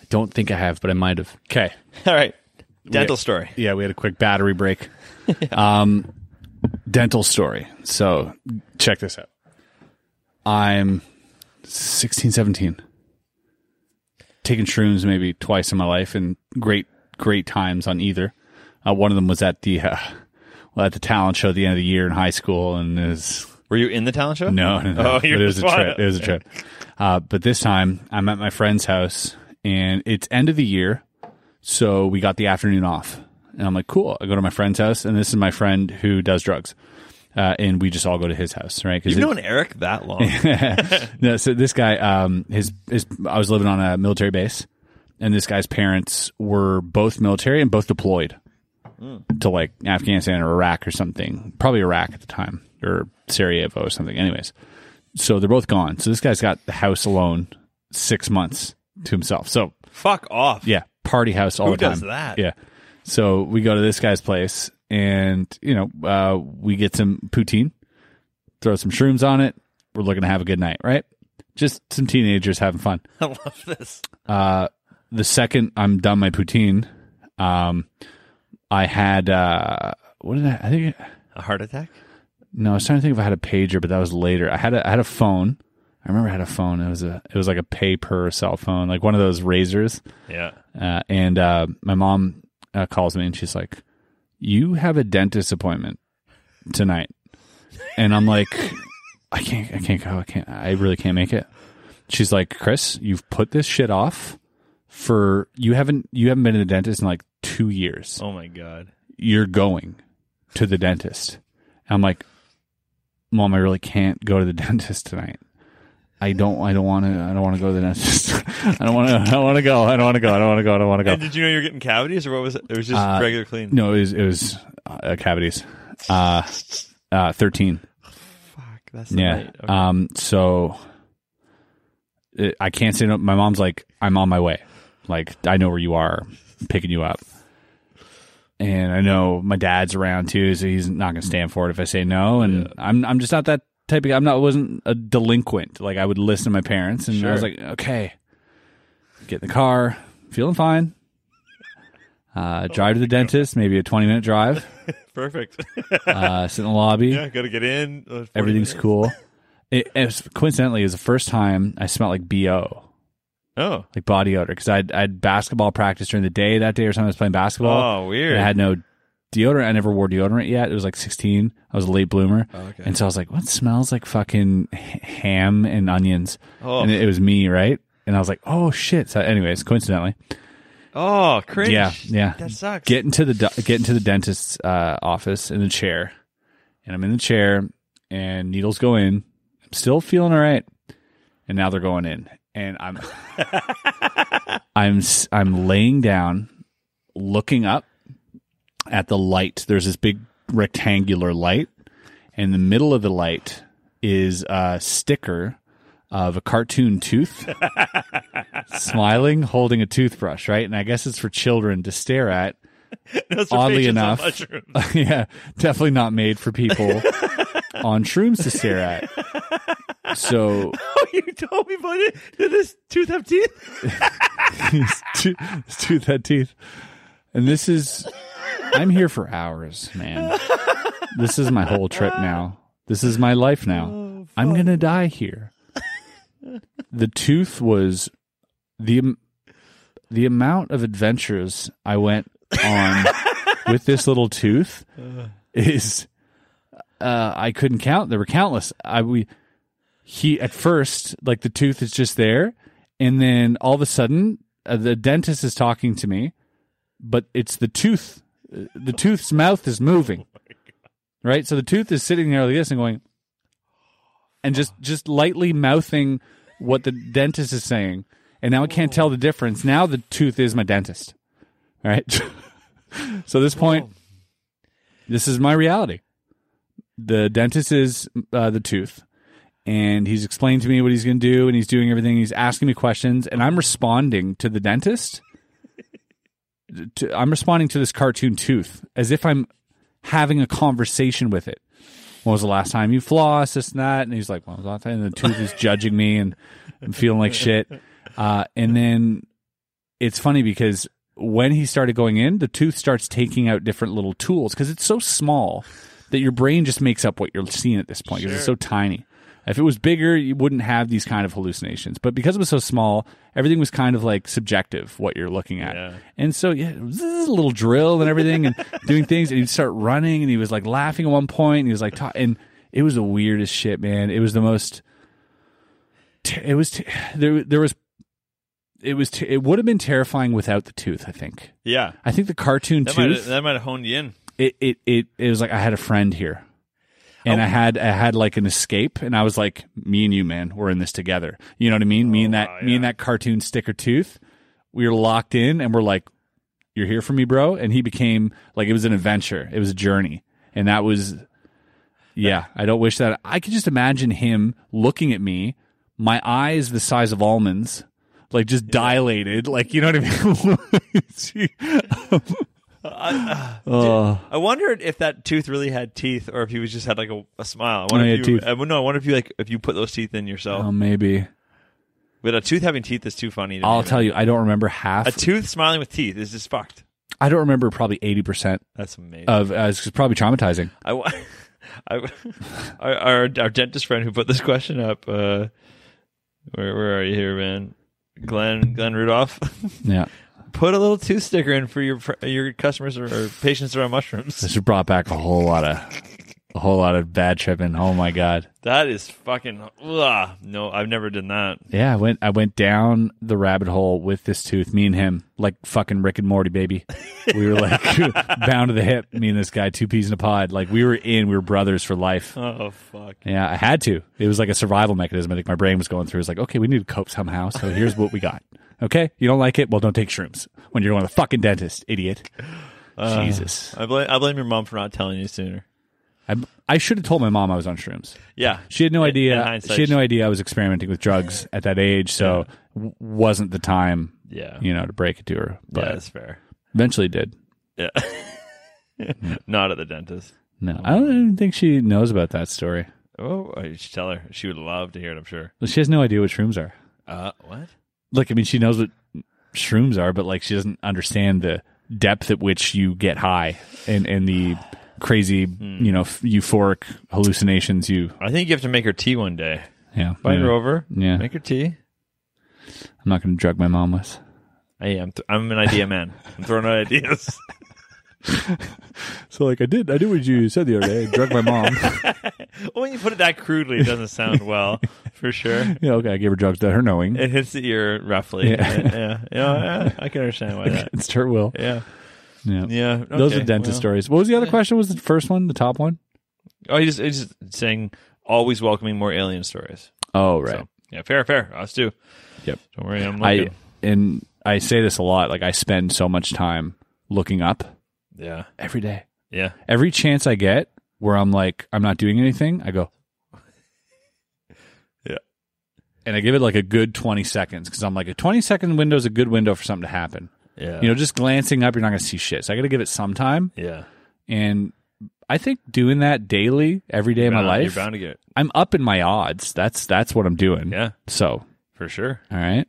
I don't think I have, but I might have. Okay. All right. Dental story. Yeah, we had a quick battery break. um, dental story. So check this out. I'm 16, 17. Taking shrooms maybe twice in my life and great, great times on either. Uh, one of them was at the, uh, well, at the talent show at the end of the year in high school and is Were you in the talent show? no, no, no. Oh, But you're it was a just trip. It was a trip. Uh, but this time, I'm at my friend's house, and it's end of the year, so we got the afternoon off. And I'm like, cool. I go to my friend's house, and this is my friend who does drugs, uh, and we just all go to his house, right? Because You've known Eric that long. no, so this guy, um, his his, I was living on a military base, and this guy's parents were both military and both deployed to like Afghanistan or Iraq or something, probably Iraq at the time or Sarajevo or something. Anyways, so they're both gone. So this guy's got the house alone, six months to himself. So Fuck off. yeah, party house all Who the time. does that? Yeah. So we go to this guy's place, and you know, uh, we get some poutine, throw some shrooms on it. We're looking to have a good night, right? Just some teenagers having fun. Uh, I love this. The second I'm done my poutine, um, I had uh, what did I? I think A heart attack? no, I was trying to think if I had a pager, but that was later. I had a I had a phone. I remember I had a phone. It was a it was like a pay per cell phone, like one of those razors. Yeah. Uh, and uh, my mom uh, calls me and she's like, you have a dentist appointment tonight. And I'm like, I can't, I can't go. I can't, I really can't make it. She's like, Chris, you've put this shit off for, you haven't, you haven't been to the dentist in like two years. Oh my god. You're going to the dentist. And I'm like, mom, I really can't go to the dentist tonight. I don't, I don't want to, I don't want to go to the dentist. I don't want to, I don't want to go. I don't want to go. I don't want to go. I don't want to go. And did you know you were getting cavities, or what was it? It was just Uh, regular clean. No, it was, it was uh, cavities. Uh, uh, 13. Fuck, that's Yeah. Right. Okay. Um, so it, I can't say no. My mom's like, I'm on my way. Like, I know where you are, I'm picking you up. And I know my dad's around too, so he's not going to stand for it if I say no. And I'm, I'm just not that type of guy. I'm not, wasn't a delinquent. Like, I would listen to my parents, and I was Sure. like, okay, get in the car, feeling fine. Uh, drive to the dentist, maybe a 20 minute drive, Perfect. uh, sit in the lobby yeah, gotta get in. uh, 40 everything's minutes. cool. It, it was, coincidentally, it was the first time I smelled like bo, Oh, like body odor, because I had I'd basketball practice during the day that day or something. I was playing basketball. oh, and weird. I had no deodorant. I never wore deodorant yet. It was like 16. I was a late bloomer, Oh, okay. and so I was like, "What smells like fucking h- ham and onions?" Oh. And it, it was me, right? And I was like, "Oh shit!" So, anyways, coincidentally, oh, cringe. yeah, yeah. That sucks. Get into the do- get into the dentist's uh, office in the chair, and I'm in the chair, and needles go in. I'm still feeling all right, and now they're going in, and I'm I'm s- I'm laying down, looking up at the light. There's this big rectangular light, and in the middle of the light is a sticker of a cartoon tooth smiling, holding a toothbrush, right? And I guess it's for children to stare at. Those are Oddly patients on enough, mushrooms. yeah, definitely not made for people on shrooms to stare at. So oh, you told me about it. Did this tooth have teeth? his tooth, his tooth had teeth. And this is, I'm here for hours, man. This is my whole trip now. This is my life now. I'm going to die here. The tooth was the am- the amount of adventures I went on with this little tooth is uh, I couldn't count. There were countless. I we he at first like the tooth is just there, and then all of a sudden uh, the dentist is talking to me, but it's the tooth. uh, The tooth's mouth is moving, right? So the tooth is sitting there like this and going, and just just lightly mouthing what the dentist is saying, and now I can't tell the difference. Now the tooth is my dentist, all right? so at this point, this is my reality. The dentist is uh, the tooth, and he's explaining to me what he's going to do, and he's doing everything. He's asking me questions, and I'm responding to the dentist. to, I'm responding to this cartoon tooth as if I'm having a conversation with it. When was the last time you flossed? This and that, and he's like, "When was the last time?" And the tooth is judging me, and I'm feeling like shit. Uh, and then it's funny because when he started going in, the tooth starts taking out different little tools because it's so small that your brain just makes up what you're seeing at this point because it's so tiny. If it was bigger, you wouldn't have these kind of hallucinations. But because it was so small, everything was kind of like subjective what you're looking at. Yeah. And so yeah, it was a little drill and everything and doing things and he'd start running and he was like laughing at one point and he was like ta- and it was the weirdest shit, man. It was the most ter- it was ter- there there was it was ter- it would have been terrifying without the tooth, I think. Yeah. I think the cartoon That might tooth that might have honed you in. it, it it it was like I had a friend here, and I had I had like an escape, and I was like, me and you, man, we're in this together. You know what I mean? me and that me and that cartoon sticker tooth, we were locked in, and we're like, you're here for me, bro. And he became like it was an adventure, it was a journey, and that was, yeah. I don't wish that. I could just imagine him looking at me, my eyes the size of almonds. Like just dilated, like you know what I mean. oh. I wondered if that tooth really had teeth, or if he was just had like a, a smile. I wonder Oh, if yeah, you, teeth. I, no, I wonder if you like if you put those teeth in yourself. oh, maybe. but a tooth having teeth is too funny. To I'll me. tell you, I don't remember half. a tooth smiling with teeth is just fucked. I don't remember probably eighty percent That's amazing. of. Uh, it's probably traumatizing. Uh, I, wa- I, our, our our dentist friend who put this question up. Uh, where where are you here, man? Glenn Glenn Rudolph. Yeah, Put a little tooth sticker in for your fr- your customers or, or patients around mushrooms. This brought back a whole lot of a whole lot of bad tripping. Oh my god. That is fucking. Ugh. No, I've never done that. Yeah, I went I went down the rabbit hole with this tooth, me and him, like fucking Rick and Morty, baby. We were like bound to the hip, me and this guy, two peas in a pod. Like we were in, we were brothers for life. Oh fuck. Yeah, I had to. It was like a survival mechanism. I think my brain was going through. It was like, okay, we need to cope somehow. So here's what we got. Okay, you don't like it? Well, don't take shrooms when you're going to the fucking dentist, idiot. Uh, Jesus, I blame I blame your mom for not telling you sooner. I, I should have told my mom I was on shrooms. Yeah, She had no In- in idea. hindsight, She had no idea I was experimenting with drugs at that age, so w- wasn't the time. Yeah. you know, to break it to her, Yeah, but that's fair. eventually did. Yeah. not at the dentist. No, I don't even think she knows about that story. Oh, you should tell her. She would love to hear it. I'm sure. She has no idea what shrooms are. Uh, what? Like, I mean, she knows what shrooms are, but like, she doesn't understand the depth at which you get high and and the crazy, Hmm. you know, f- euphoric hallucinations. You, I think you have to make her tea one day. yeah, Find yeah. her over. Yeah. Make her tea. I'm not going to drug my mom with. Hey, I'm th- I'm an idea man. I'm throwing out ideas. So like, I did. I did what you said the other day. I drugged my mom. when you put it that crudely, it doesn't sound well, for sure. yeah, okay. I gave her drugs without her knowing. It hits the ear roughly. Yeah. Yeah, uh, yeah. You know, yeah, I can understand why that. It's her will. Yeah, Yeah. yeah. Those okay, are dentist well. Eh. stories. What was the other question? Was the first one the top one? Oh, he's, he's just saying always welcoming more alien stories. Oh, right. So, yeah, fair, fair. Us too. Yep. Don't worry, I'm I looking. and I say this a lot. Like I spend so much time looking up yeah, every day. yeah. Every chance I get where I'm like I'm not doing anything, I go. Yeah. And I give it like a good 20 seconds because I'm like a 20 second window is a good window for something to happen. Yeah. You know, just glancing up, you're not going to see shit. So I got to give it some time. yeah. And I think doing that daily, every day of my Bound- life, You're bound to get it. I'm up in my odds. That's that's what I'm doing. Yeah, So, for sure. all right.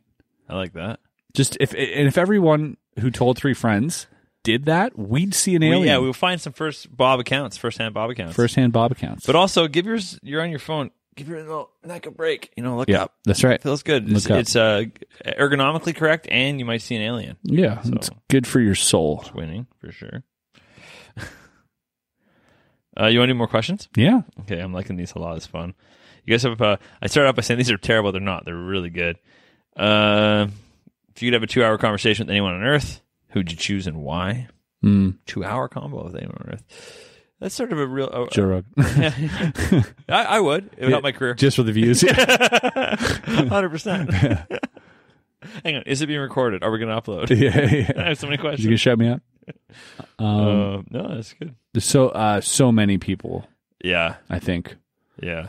I like that. Just if and if everyone who told three friends did that, we'd see an We- alien. yeah, we'll find some first Bob accounts, first hand Bob accounts. First-hand Bob accounts. But also, give yours. You're on your phone. Give your little neck a break. You know, look yeah, up. that's right. Feels good. Look It's, up. it's uh, ergonomically correct, and you might see an alien. Yeah, it's good for your soul. Winning for sure. uh, you want to do more questions? Yeah, Okay, I'm liking these a lot. It's fun. You guys have. Uh, I started off by saying these are terrible. They're not. They're really good. Uh, if you could have a two-hour conversation with anyone on Earth, who'd you choose and why? Hmm. Mm. Two-hour combo with anyone on Earth. That's sort of a real. a- Joe Rogan. I, I would. It would help my career. Just for the views. Hundred percent. Hang on. Is it being recorded? Are we going to upload? yeah, I yeah. have so You many gonna questions. shut me up? Uh, no, that's good. There's so uh, so many people. Yeah, I think. yeah.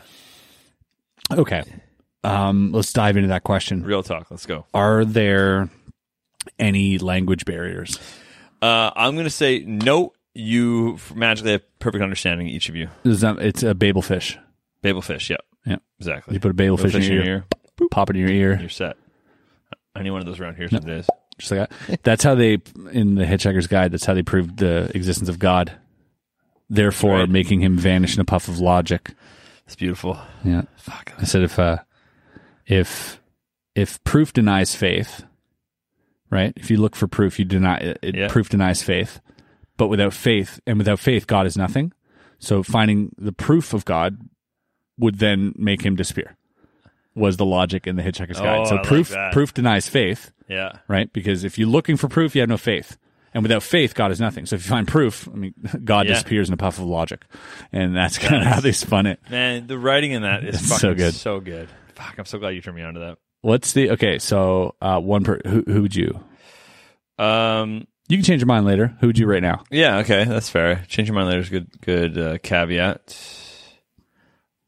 Okay. Um, let's dive into that question. Real talk. Let's go. Are there any language barriers? Uh, I'm going to say no. You f- magically have perfect understanding. Each of you. Is that- It's a babel fish. Babel fish. Yeah. Yeah. Exactly. You put a bagel fish in your ear. pop it in your ear, You're set. I need one of those around here some days. just like that. That's how they in the Hitchhiker's Guide. That's how they proved the existence of God, therefore Right. making him vanish in a puff of logic. It's beautiful. Yeah, Fuck. I said if uh, if if proof denies faith, right? If you look for proof, you deny it. it Yeah. Proof denies faith, but without faith and without faith, God is nothing. So finding the proof of God would then make him disappear. Was the logic in the Hitchhiker's Guide? Oh, so I like proof that. proof denies faith Yeah. right? Because if you're looking for proof, you have no faith. And without faith, God is nothing. So if you find proof, I mean, God Yeah. disappears in a puff of logic. And that's kind of how they spun it. Man, the writing in that is It's fucking so good. So good. Fuck. I'm so glad you turned me on to that. What's the, okay, so uh, one per, who, who would you, Um. you can change your mind later. Who would you right now? Yeah. Okay. That's fair. Change your mind later is good. Good uh, caveat.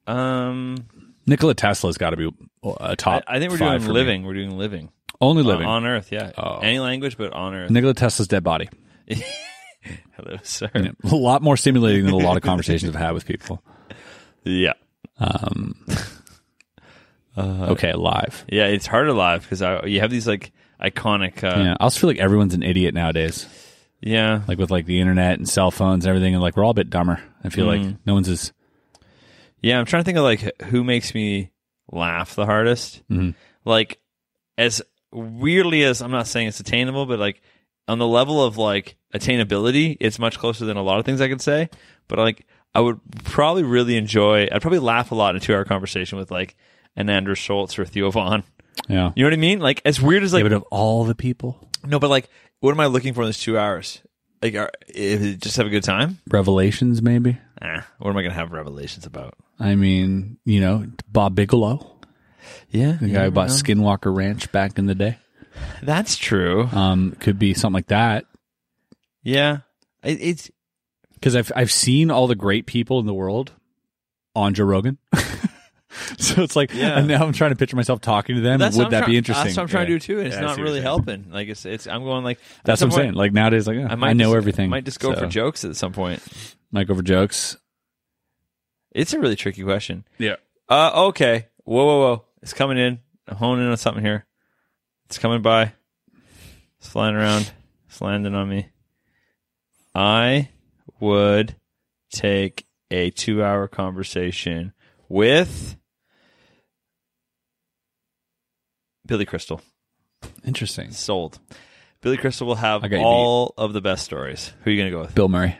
Um. Nikola Tesla's got to be uh, a I, top. I think we're five doing for me. living. We're doing living. Uh, Only living. Oh. on Earth. Yeah. Any language, but on Earth. Nikola Tesla's dead body. Hello, sir. You know, a lot more stimulating than a lot of conversations I've had with people. Yeah. Uh, okay, live. Yeah. It's hard alive because I you have these like iconic. Uh, Yeah, I also feel like everyone's an idiot nowadays. yeah. Like with like the internet and cell phones and everything, and like we're all a bit dumber. I feel like Mm-hmm. no one's as Yeah, I'm trying to think of like who makes me laugh the hardest. Like as weirdly as I'm not saying it's attainable, but like on the level of like attainability, it's much closer than a lot of things I could say. But like, I would probably really enjoy. I'd probably laugh a lot in a two-hour conversation with like an Andrew Schultz or Theo Vaughn. Yeah. You know what I mean? Like, as weird as like but of all the people, no, but like, what am I looking for in those two hours? Like, are, eh, just have a good time. revelations maybe. Eh, what am I gonna have revelations about? I mean, you know, Bob Bigelow, Yeah, the guy who bought Skinwalker Ranch back in the day. That's true. Um, could be something like that. Yeah, it, it's because I've I've seen all the great people in the world on Joe Rogan. so it's like Yeah. and now I'm trying to picture myself talking to them. that's Would what that I'm be try- interesting? That's what I'm trying Yeah. to do too. and It's Yeah, I not see what really you're helping. Like it's it's. I'm going like at That's some what I'm point, saying. Like nowadays, like yeah, I, know just- everything. Might just go So, for jokes at some point. Might go for jokes. It's a really tricky question. Yeah. Uh, okay. Whoa, whoa, whoa! It's coming in. I'm honing in on something here. It's coming by. It's flying around. It's landing on me. I would take a two-hour conversation with Billy Crystal. Interesting. Sold. Billy Crystal will have I got you all of the best stories. Who are you going to go with? Bill Murray.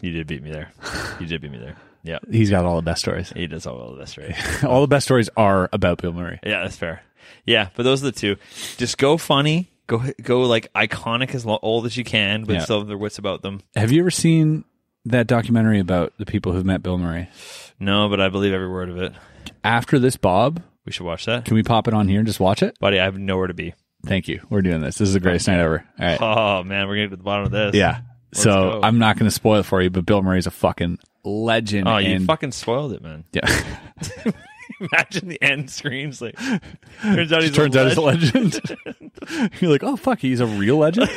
You did beat me there. You did beat me there. Yeah. He's got all the best stories. He does all of the best stories. all the best stories are about Bill Murray. Yeah, that's fair. Yeah, but those are the two. Just go funny. Go go like iconic as lo- old as you can, but Yeah. still have their wits about them. Have you ever seen that documentary about the people who've met Bill Murray? No, but I believe every word of it. After this, Bob, We should watch that, can we pop it on here and just watch it? buddy. I have nowhere to be. Thank you. We're doing this. This is the greatest night ever. All right. Oh man, we're gonna get to the bottom of this. Yeah. so go. I'm not going to spoil it for you, but Bill Murray's a fucking legend. Oh, you and- fucking spoiled it, man. Yeah. Imagine the end screams like. Turns out he's a Turns out he's a legend. legend. You're like, oh fuck, he's a real legend.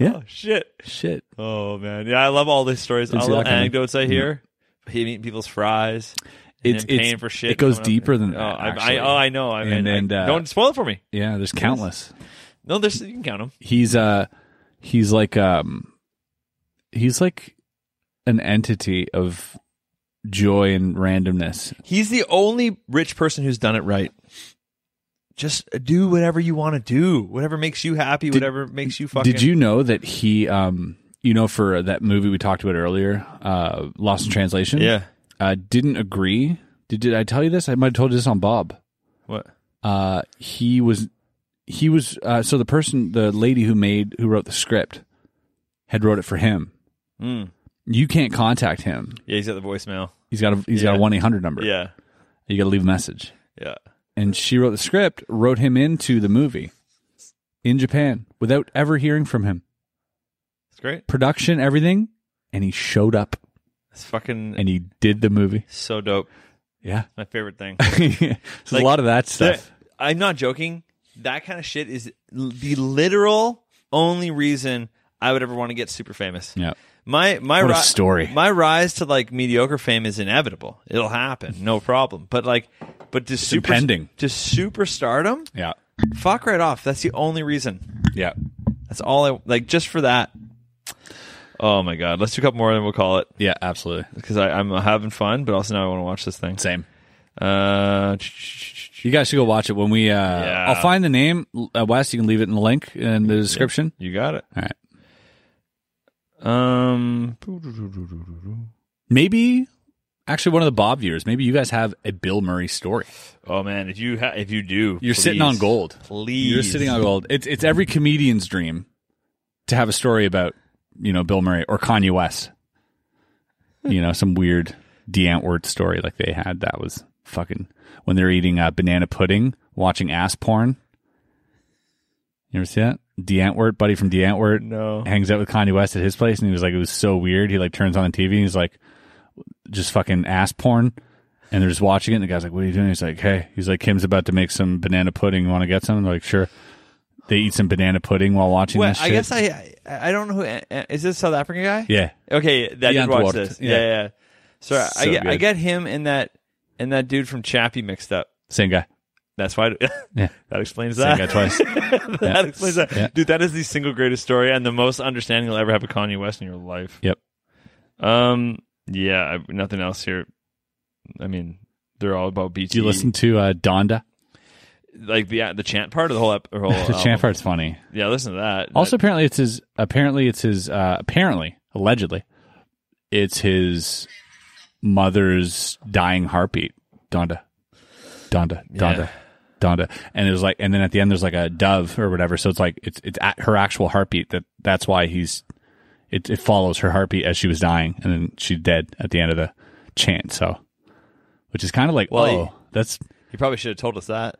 yeah. Oh, shit. Shit. Oh man, yeah, I love all these stories, all see the little that coming. anecdotes I hear. He eating people's fries. and Mm-hmm. It's- then paying it's- for shit. it goes coming up. deeper than oh, that, I, I, actually. oh, I know. I mean, And- I- and, uh, don't spoil it for me. Yeah. There's countless. No, there's you can count them. He's uh, he's like um, he's like an entity of joy and randomness. He's the only rich person who's done it right. Just do whatever you want to do, whatever makes you happy, whatever makes you fucking. Did you know that he um, you know, for that movie we talked about earlier, uh, Lost in Translation. Yeah. Uh, didn't agree. Did, did I tell you this? I might have told you this on Bob. What? uh, he was he was uh, so the person the lady who made who wrote the script had wrote it for him. Mm. You can't contact him. Yeah, he's got the voicemail. He's got a he's got Yeah. a one eight hundred number. Yeah, you got to leave a message. yeah. And she wrote the script, wrote him into the movie in Japan without ever hearing from him. It's great. Production, everything, and he showed up It's fucking and he did the movie. so dope. Yeah, My favorite thing. so Like, a lot of that stuff. I'm not joking. That kind of shit is l- the literal only reason I would ever want to get super famous. yeah, My my What a ri- story. My rise to like mediocre fame is inevitable. It'll happen, no problem. But like, but to super impending. to superstardom, yeah, fuck right off. That's the only reason. yeah. That's all I like. Just for that. Oh my god, let's do a couple more and we'll call it Yeah, absolutely. because I'm having fun, but also now I want to watch this thing. Same. Uh, You guys should go watch it when we. Uh, Yeah. I'll find the name. Uh, Wes, you can leave it in the link in the description. you got it. All right. Um, Maybe, actually, one of the Bob viewers. Maybe you guys have a Bill Murray story. Oh man, if you ha- if you do, You're please, sitting on gold. Please, You're sitting on gold. It's it's every comedian's dream to have a story about you know Bill Murray or Kanye West. You know, some weird D'Antwoord story like they had that was fucking when they're eating uh, banana pudding, watching ass porn. You ever see that? D'Antwoord, buddy from D'Antwoord. No, hangs out with Kanye West at his place, and he was like, it was so weird. He like turns on the TV and he's like, just fucking ass porn, and they're just watching it. And the guy's like, "What are you doing?" He's like, "Hey," he's like, "Kim's about to make some banana pudding. Want to get some?" They're like, "Sure." They eat some banana pudding while watching Well, this. I shit. guess I I I don't know who eh, is this South African guy. yeah, Okay, that did watch Antwoord. this. Yeah, Yeah. yeah. yeah. Sorry, I So get I good. get him and that and that dude from Chappie mixed up. same guy. That's why. Yeah, that explains same that. guy twice. that explains that, Yeah. dude. That is the single greatest story and the most understanding you'll ever have of Kanye West in your life. Yep. Um. Yeah. I, nothing else here. I mean, they're all about BT. Do you listen to uh, Donda? like the the chant part of the whole ep- or whole The album? chant part's funny. Yeah, listen to that. Also, apparently it's his. Apparently it's his. Uh, apparently, allegedly, it's his mother's dying heartbeat. Donda, Donda, Donda, Yeah. Donda, and it was like, and then at the end there's like a dove or whatever. So it's like it's it's at her actual heartbeat. That that's why he's. It it follows her heartbeat as she was dying, and then she's dead at the end of the chant. So, which is kind of like, Well, oh, he- that's you probably should have told us that.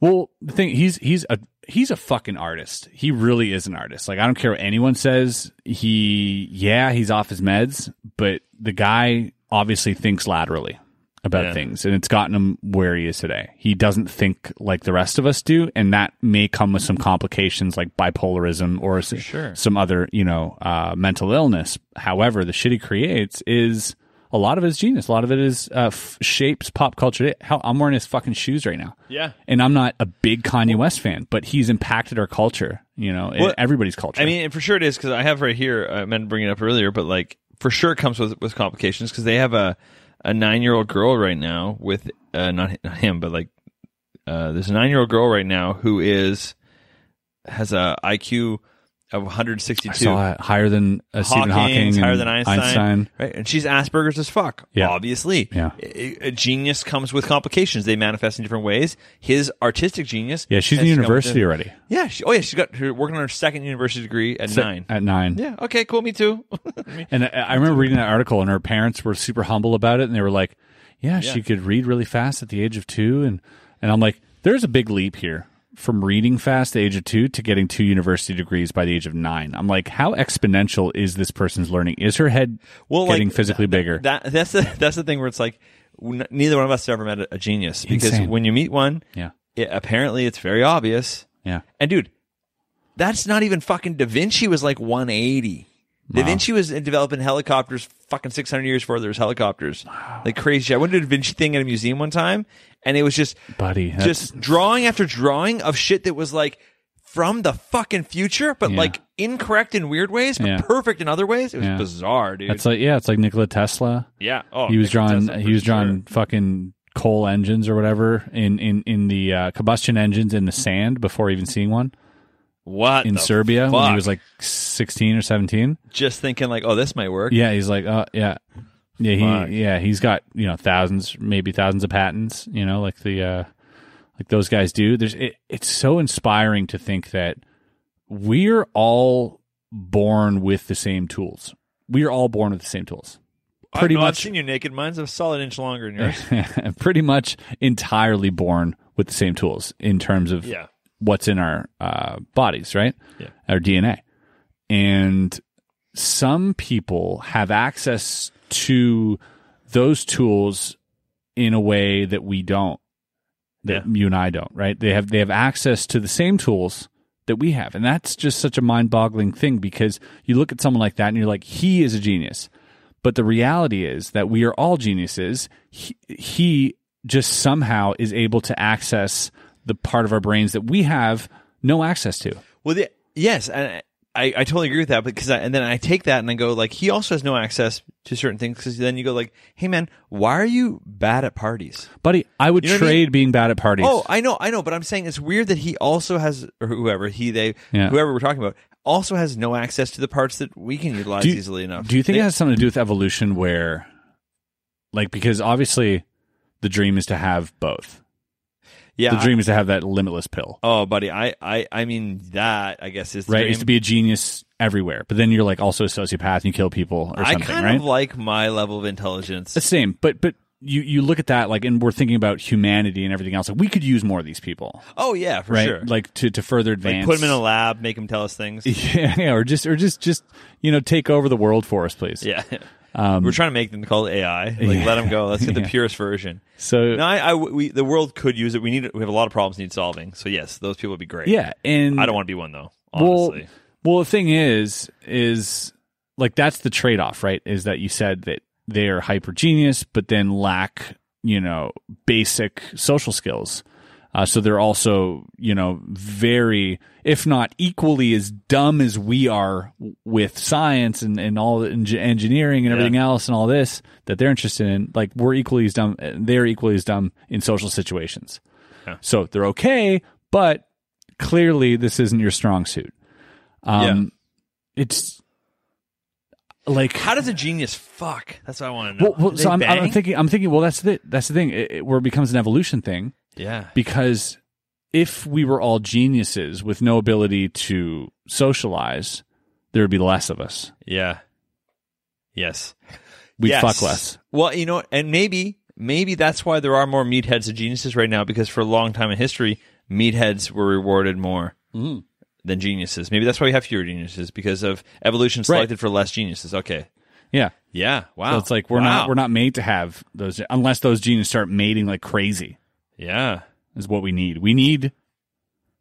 well, the thing he's he's a he's a fucking artist. He really is an artist. Like I don't care what anyone says. He yeah, he's off his meds, but the guy obviously thinks laterally about Yeah. things and it's gotten him where he is today. He doesn't think like the rest of us do and that may come with some complications like bipolarism or s- sure. some other, you know, uh, mental illness. However, the shit he creates is a lot of his genius. A lot of it is uh, f- shapes pop culture. today. Hell, I'm wearing his fucking shoes right now Yeah. and I'm not a big Kanye West fan, but he's impacted our culture, you know, and Well, everybody's culture. I mean, and for sure it is because I have right here. I meant to bring it up earlier, but like for sure it comes with with complications because they have a a nine year old girl right now with uh, not hi- not him, but like uh, there's a nine year old girl right now who is has a IQ of 162. I saw it higher than uh, Stephen Hawking, Hawking's higher and than Einstein, right? And she's Asperger's as fuck. Yeah. obviously. Yeah. A- a genius comes with complications. They manifest in different ways. His artistic genius. Yeah, she's in has come with university the- already. Yeah. She, oh yeah, she's got her working on her second university degree at nine. At nine. yeah. Okay. Cool. Me too. And I, I remember reading that article, and her parents were super humble about it, and they were like, "Yeah, she could read really fast at the age of two. and and I'm like, "There's a big leap here." From reading fast at the age of two to getting two university degrees by the age of nine, I'm like, how exponential is this person's learning? Is her head Well, like, getting physically bigger? that that's the that's the thing where it's like n- neither one of us have ever met a, a genius because Insane. when you meet one, yeah, it, apparently it's very obvious. yeah. And dude, that's not even fucking Da Vinci was like 180. Da Vinci was developing helicopters fucking 600 years before there was helicopters. Like crazy shit. I went to a Da Vinci thing at a museum one time and it was just Buddy, that's- just drawing after drawing of shit that was like from the fucking future but Yeah. like incorrect in weird ways but Yeah. perfect in other ways. It was Yeah. bizarre, dude. That's like yeah, it's like Nikola Tesla. yeah. Oh, he was Nikola drawing Tesla, he was for sure. drawing fucking coal engines or whatever in in in the uh, combustion engines in the sand before even seeing one what in the Serbia when he fuck? was like 16 or 17. just thinking like, oh, this might work. Yeah, he's like uh yeah. Yeah, he Fuck. yeah, he's got, you know, thousands, maybe thousands of patents, you know, like the uh like those guys do. There's it, it's so inspiring to think that we're all born with the same tools. We're all born with the same tools. Pretty I've, I've much seen your naked. Mine's a solid inch longer than yours. pretty much entirely born with the same tools in terms of Yeah. what's in our uh, bodies, right? Yeah. Our DNA. And some people have access to those tools in a way that we don't. That you and I don't, right? They have they have access to the same tools that we have. And that's just such a mind-boggling thing because you look at someone like that and you're like, he is a genius. But the reality is that we are all geniuses. He, he just somehow is able to access the part of our brains that we have no access to. Well, the, yes, and I, I totally agree with that because I, and then I take that and I go like he also has no access to certain things because then you go like, hey man, why are you bad at parties? Buddy, I would You know what I trade being bad at parties. Oh, I know, I know, but I'm saying it's weird that he also has or whoever he they Yeah. whoever we're talking about also has no access to the parts that we can utilize Do you- easily enough. Do you think They- it has something to do with evolution where like because obviously the dream is to have both. yeah, the dream is to have that limitless pill. I- oh, buddy, I, I I mean that I guess is the right? dream. Is to be a genius everywhere. But then you're like also a sociopath and you kill people or I something, kind right? of like my level of intelligence. the same, but but you you look at that like and we're thinking about humanity and everything else. Like we could use more of these people. Oh yeah, for right? sure. Like to, to further Like, advance. put him in a lab, make him tell us things. yeah, yeah, or just or just just you know take over the world for us, please. Yeah. We're trying to make them called AI. Like, let them go. Let's get the purest version. So No, I, I- we, the world could use it. We need, we have a lot of problems need solving. So yes, those people would be great. yeah, and I don't want to be one though. well, Honestly, well, the thing is, is like that's the trade off, right? Is that you said that they are hyper genius, but then lack you know basic social skills. Uh, so they're also, you know, very, if not equally as dumb as we are w- with science and, and all the eng- engineering and everything else and all this that they're interested in. Like, we're equally as dumb. They're equally as dumb in social situations. So they're okay, but clearly this isn't your strong suit. Um, It's like How does a genius fuck? That's what I want to know. well, well, Do so they I'm, I'm bang? thinking. I'm thinking. Well, that's the that's the thing. It, it- where it becomes an evolution thing yeah. because if we were all geniuses with no ability to socialize, there would be less of us. Yeah. Yes. We'd Yes. fuck less. Well, you know, and maybe maybe that's why there are more meatheads and geniuses right now because for a long time in history, meatheads were rewarded more Mm. than geniuses. Maybe that's why we have fewer geniuses because of evolution selected for less geniuses. Okay. Yeah. Yeah. Wow. So it's like we're Oh, Wow. not we're not made to have those unless those genes start mating like crazy Yeah. is what we need. We need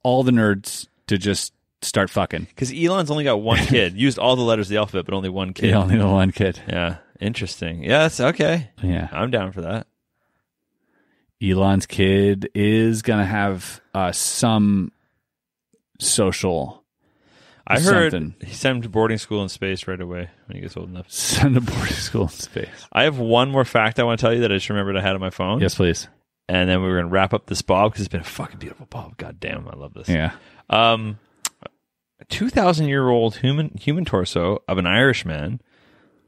all the nerds to just start fucking. Because Elon's only got one kid. Used all the letters of the alphabet, but only one kid. You only need the one kid. Yeah. Interesting. Yeah. That's okay. Yeah. I'm down for that. Elon's kid is gonna have uh, some social I heard Something. he sent him to boarding school in space right away when he gets old enough. send to boarding school in space. I have one more fact I want to tell you that I just remembered I had on my phone. Yes, please. and then we were gonna wrap up this bob because it's been a fucking beautiful bob. God damn, I love this. Yeah. Um, two thousand year old human human torso of an Irishman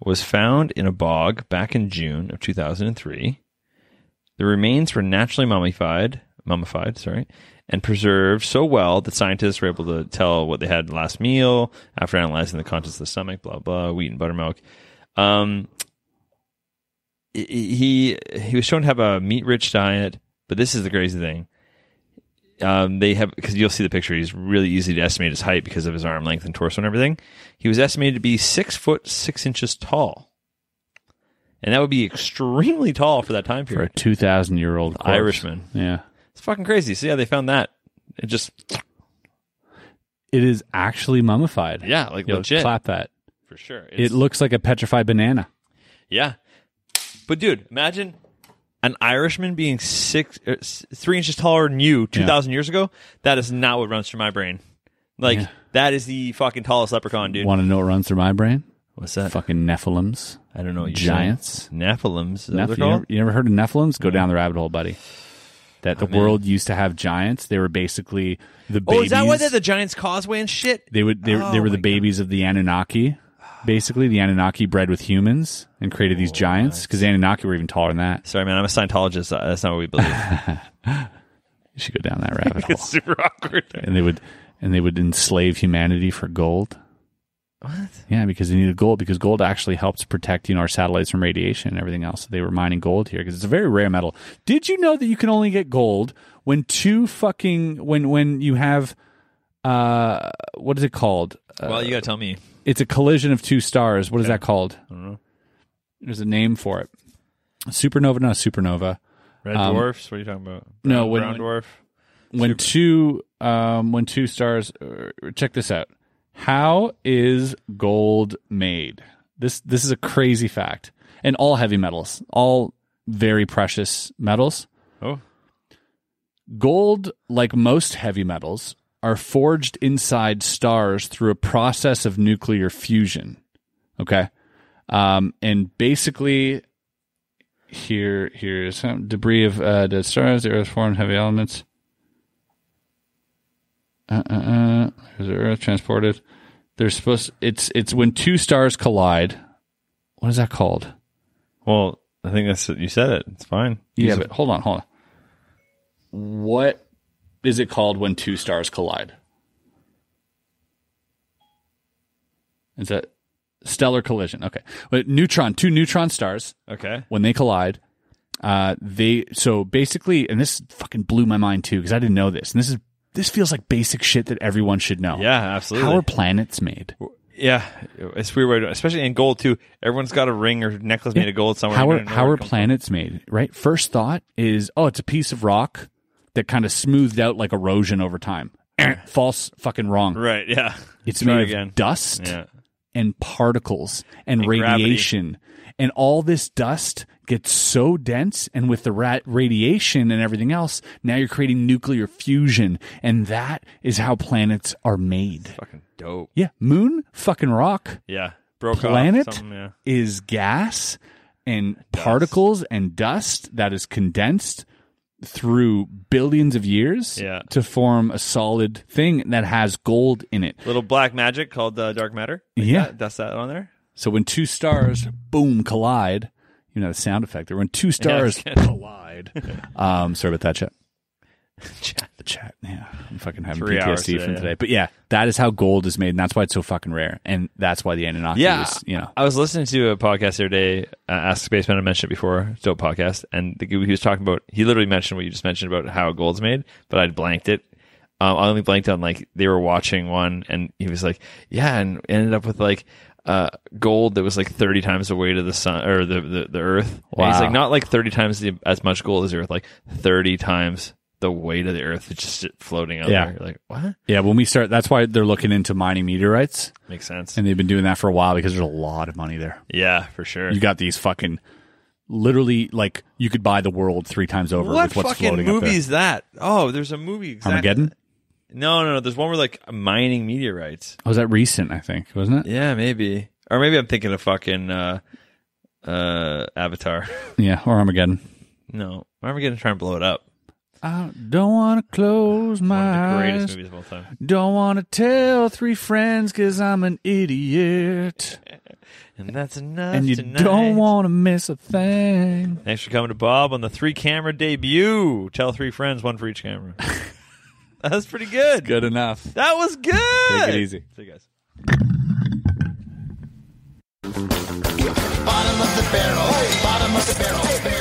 was found in a bog back in June of two thousand and three. The remains were naturally mummified, mummified, sorry, and preserved so well that scientists were able to tell what they had last meal after analyzing the contents of the stomach, blah blah, wheat and buttermilk. Um, he he was shown to have a meat rich diet, but this is the crazy thing. Um, they have because you'll see the picture. He's really easy to estimate his height because of his arm length and torso and everything. He was estimated to be six foot six inches tall, and that would be extremely tall for that time For a period. two thousand year old Irishman, Yeah. it's fucking crazy. So yeah, they found that. It just It is actually mummified. yeah, like Yo, legit clap that. for sure. It looks like a petrified banana. Yeah. But dude, imagine an Irishman being six, er, s- three inches taller than you two thousand years ago. That is not what runs through my brain. Like that is the fucking tallest leprechaun, dude. Want to know what runs through my brain? What's that? Fucking Nephilims. I don't know. What you're Giants. saying. Nephilims. Is that Neph- you, never, what they're called? you never heard of Nephilims? Go down the rabbit hole, buddy. That the man. world used to have giants. They were basically the babies. Oh, is that why they're the Giants Causeway and shit? they would they, they Oh were the my babies of the Anunnaki. Basically, the Anunnaki bred with humans and created Oh, these giants because the Anunnaki were even taller than that. Sorry, man. I'm a Scientologist. Uh, That's not what we believe. You should go down that rabbit hole. it's super awkward. and they would and they would enslave humanity for gold. What? Yeah, because they needed gold because gold actually helps protect you know our satellites from radiation and everything else. So they were mining gold here because it's a very rare metal. Did you know that you can only get gold when two fucking when when you have uh what is it called? Uh, Well, you gotta tell me. it's a collision of two stars. What is that called? I don't know. There's a name for it. Supernova, not supernova. Red Um, dwarfs. What are you talking about? no, Brown- when- brown dwarf. when two um when two stars er, check this out how is gold made this this is a crazy fact and all heavy metals all very precious metals Oh, gold like most heavy metals are forged inside stars through a process of nuclear fusion okay um and basically here here's some debris of uh, dead stars the earth formed heavy elements uh, uh, uh, there's the Earth transported. They're supposed. It's it's when two stars collide. What is that called? well, I think that's you said it. It's fine. Yeah, but hold on, hold on. What is it called when two stars collide? Is that stellar collision? Okay, but neutron, two neutron stars Okay. when they collide. Uh, they so basically, and this fucking blew my mind too because I didn't know this, and this is this feels like basic shit that everyone should know. Yeah, absolutely. How are planets made? Yeah, it's weird, way to- especially in gold too. Everyone's got a ring or necklace made of gold somewhere. How You are don't know how where are it comes planets made? Right. First thought is, oh, it's a piece of rock that kind of smoothed out like erosion over time. False, fucking wrong. from. Right. Yeah. It's Try made again. of dust Yeah. and particles and, gravity. radiation, and all this dust gets so dense, and with the ra- radiation and everything else, now you're creating nuclear fusion, and that is how planets are made. Fucking dope. Yeah, moon, fucking rock Yeah. Broke planet Off something, yeah. is gas and particles and dust that is condensed through billions of years Yeah. to form a solid thing that has gold in it. Little black magic called uh, dark matter. Like Yeah. that. dust that on there. So when two stars boom collide, you know the sound effect there. When two stars collide, um, sorry about that chat. Chat. The chat, yeah, I'm fucking having Three hours PTSD from today, today. But yeah, that is how gold is made, and that's why it's so fucking rare, and that's why the Anunnaki is, you know, I was listening to a podcast the other day, uh, Ask Spaceman. I mentioned it before. It's a dope podcast. And the, he was talking about, he literally mentioned what you just mentioned about how gold's made, but I blanked it. Um, I only blanked on like they were watching one and he was like, yeah, and ended up with like uh, gold that was like 30 times the weight of the sun or the, the, the earth. And Wow. he's like, not like 30 times the, as much gold as the earth, like 30 times the weight of the earth. It's just floating out Yeah. there. You're like, what? yeah. When we start, that's why they're looking into mining meteorites, Makes sense. and they've been doing that for a while because there's a lot of money there. yeah, for sure. You got these fucking, literally, like you could buy the world three times over with What what's fucking floating movie up is that? Oh, there's a movie. there. Exactly. Armageddon. No, no, no. There's one where like mining meteorites. Oh, was that recent? I think wasn't it? Yeah, maybe. Or maybe I'm thinking of fucking uh, uh, Avatar. Yeah, or Armageddon. no, Armageddon trying to blow it up. I don't want to close One my of the greatest eyes. movies of all time. Don't want to tell three friends because I'm an idiot. And that's enough. and you tonight. don't want to miss a thing. Thanks for coming to Bob on the three camera debut. Tell three friends, one for each camera. that was pretty good. Good enough. That was good. Take it easy. See you guys. Bottom of the barrel. Bottom of the barrel.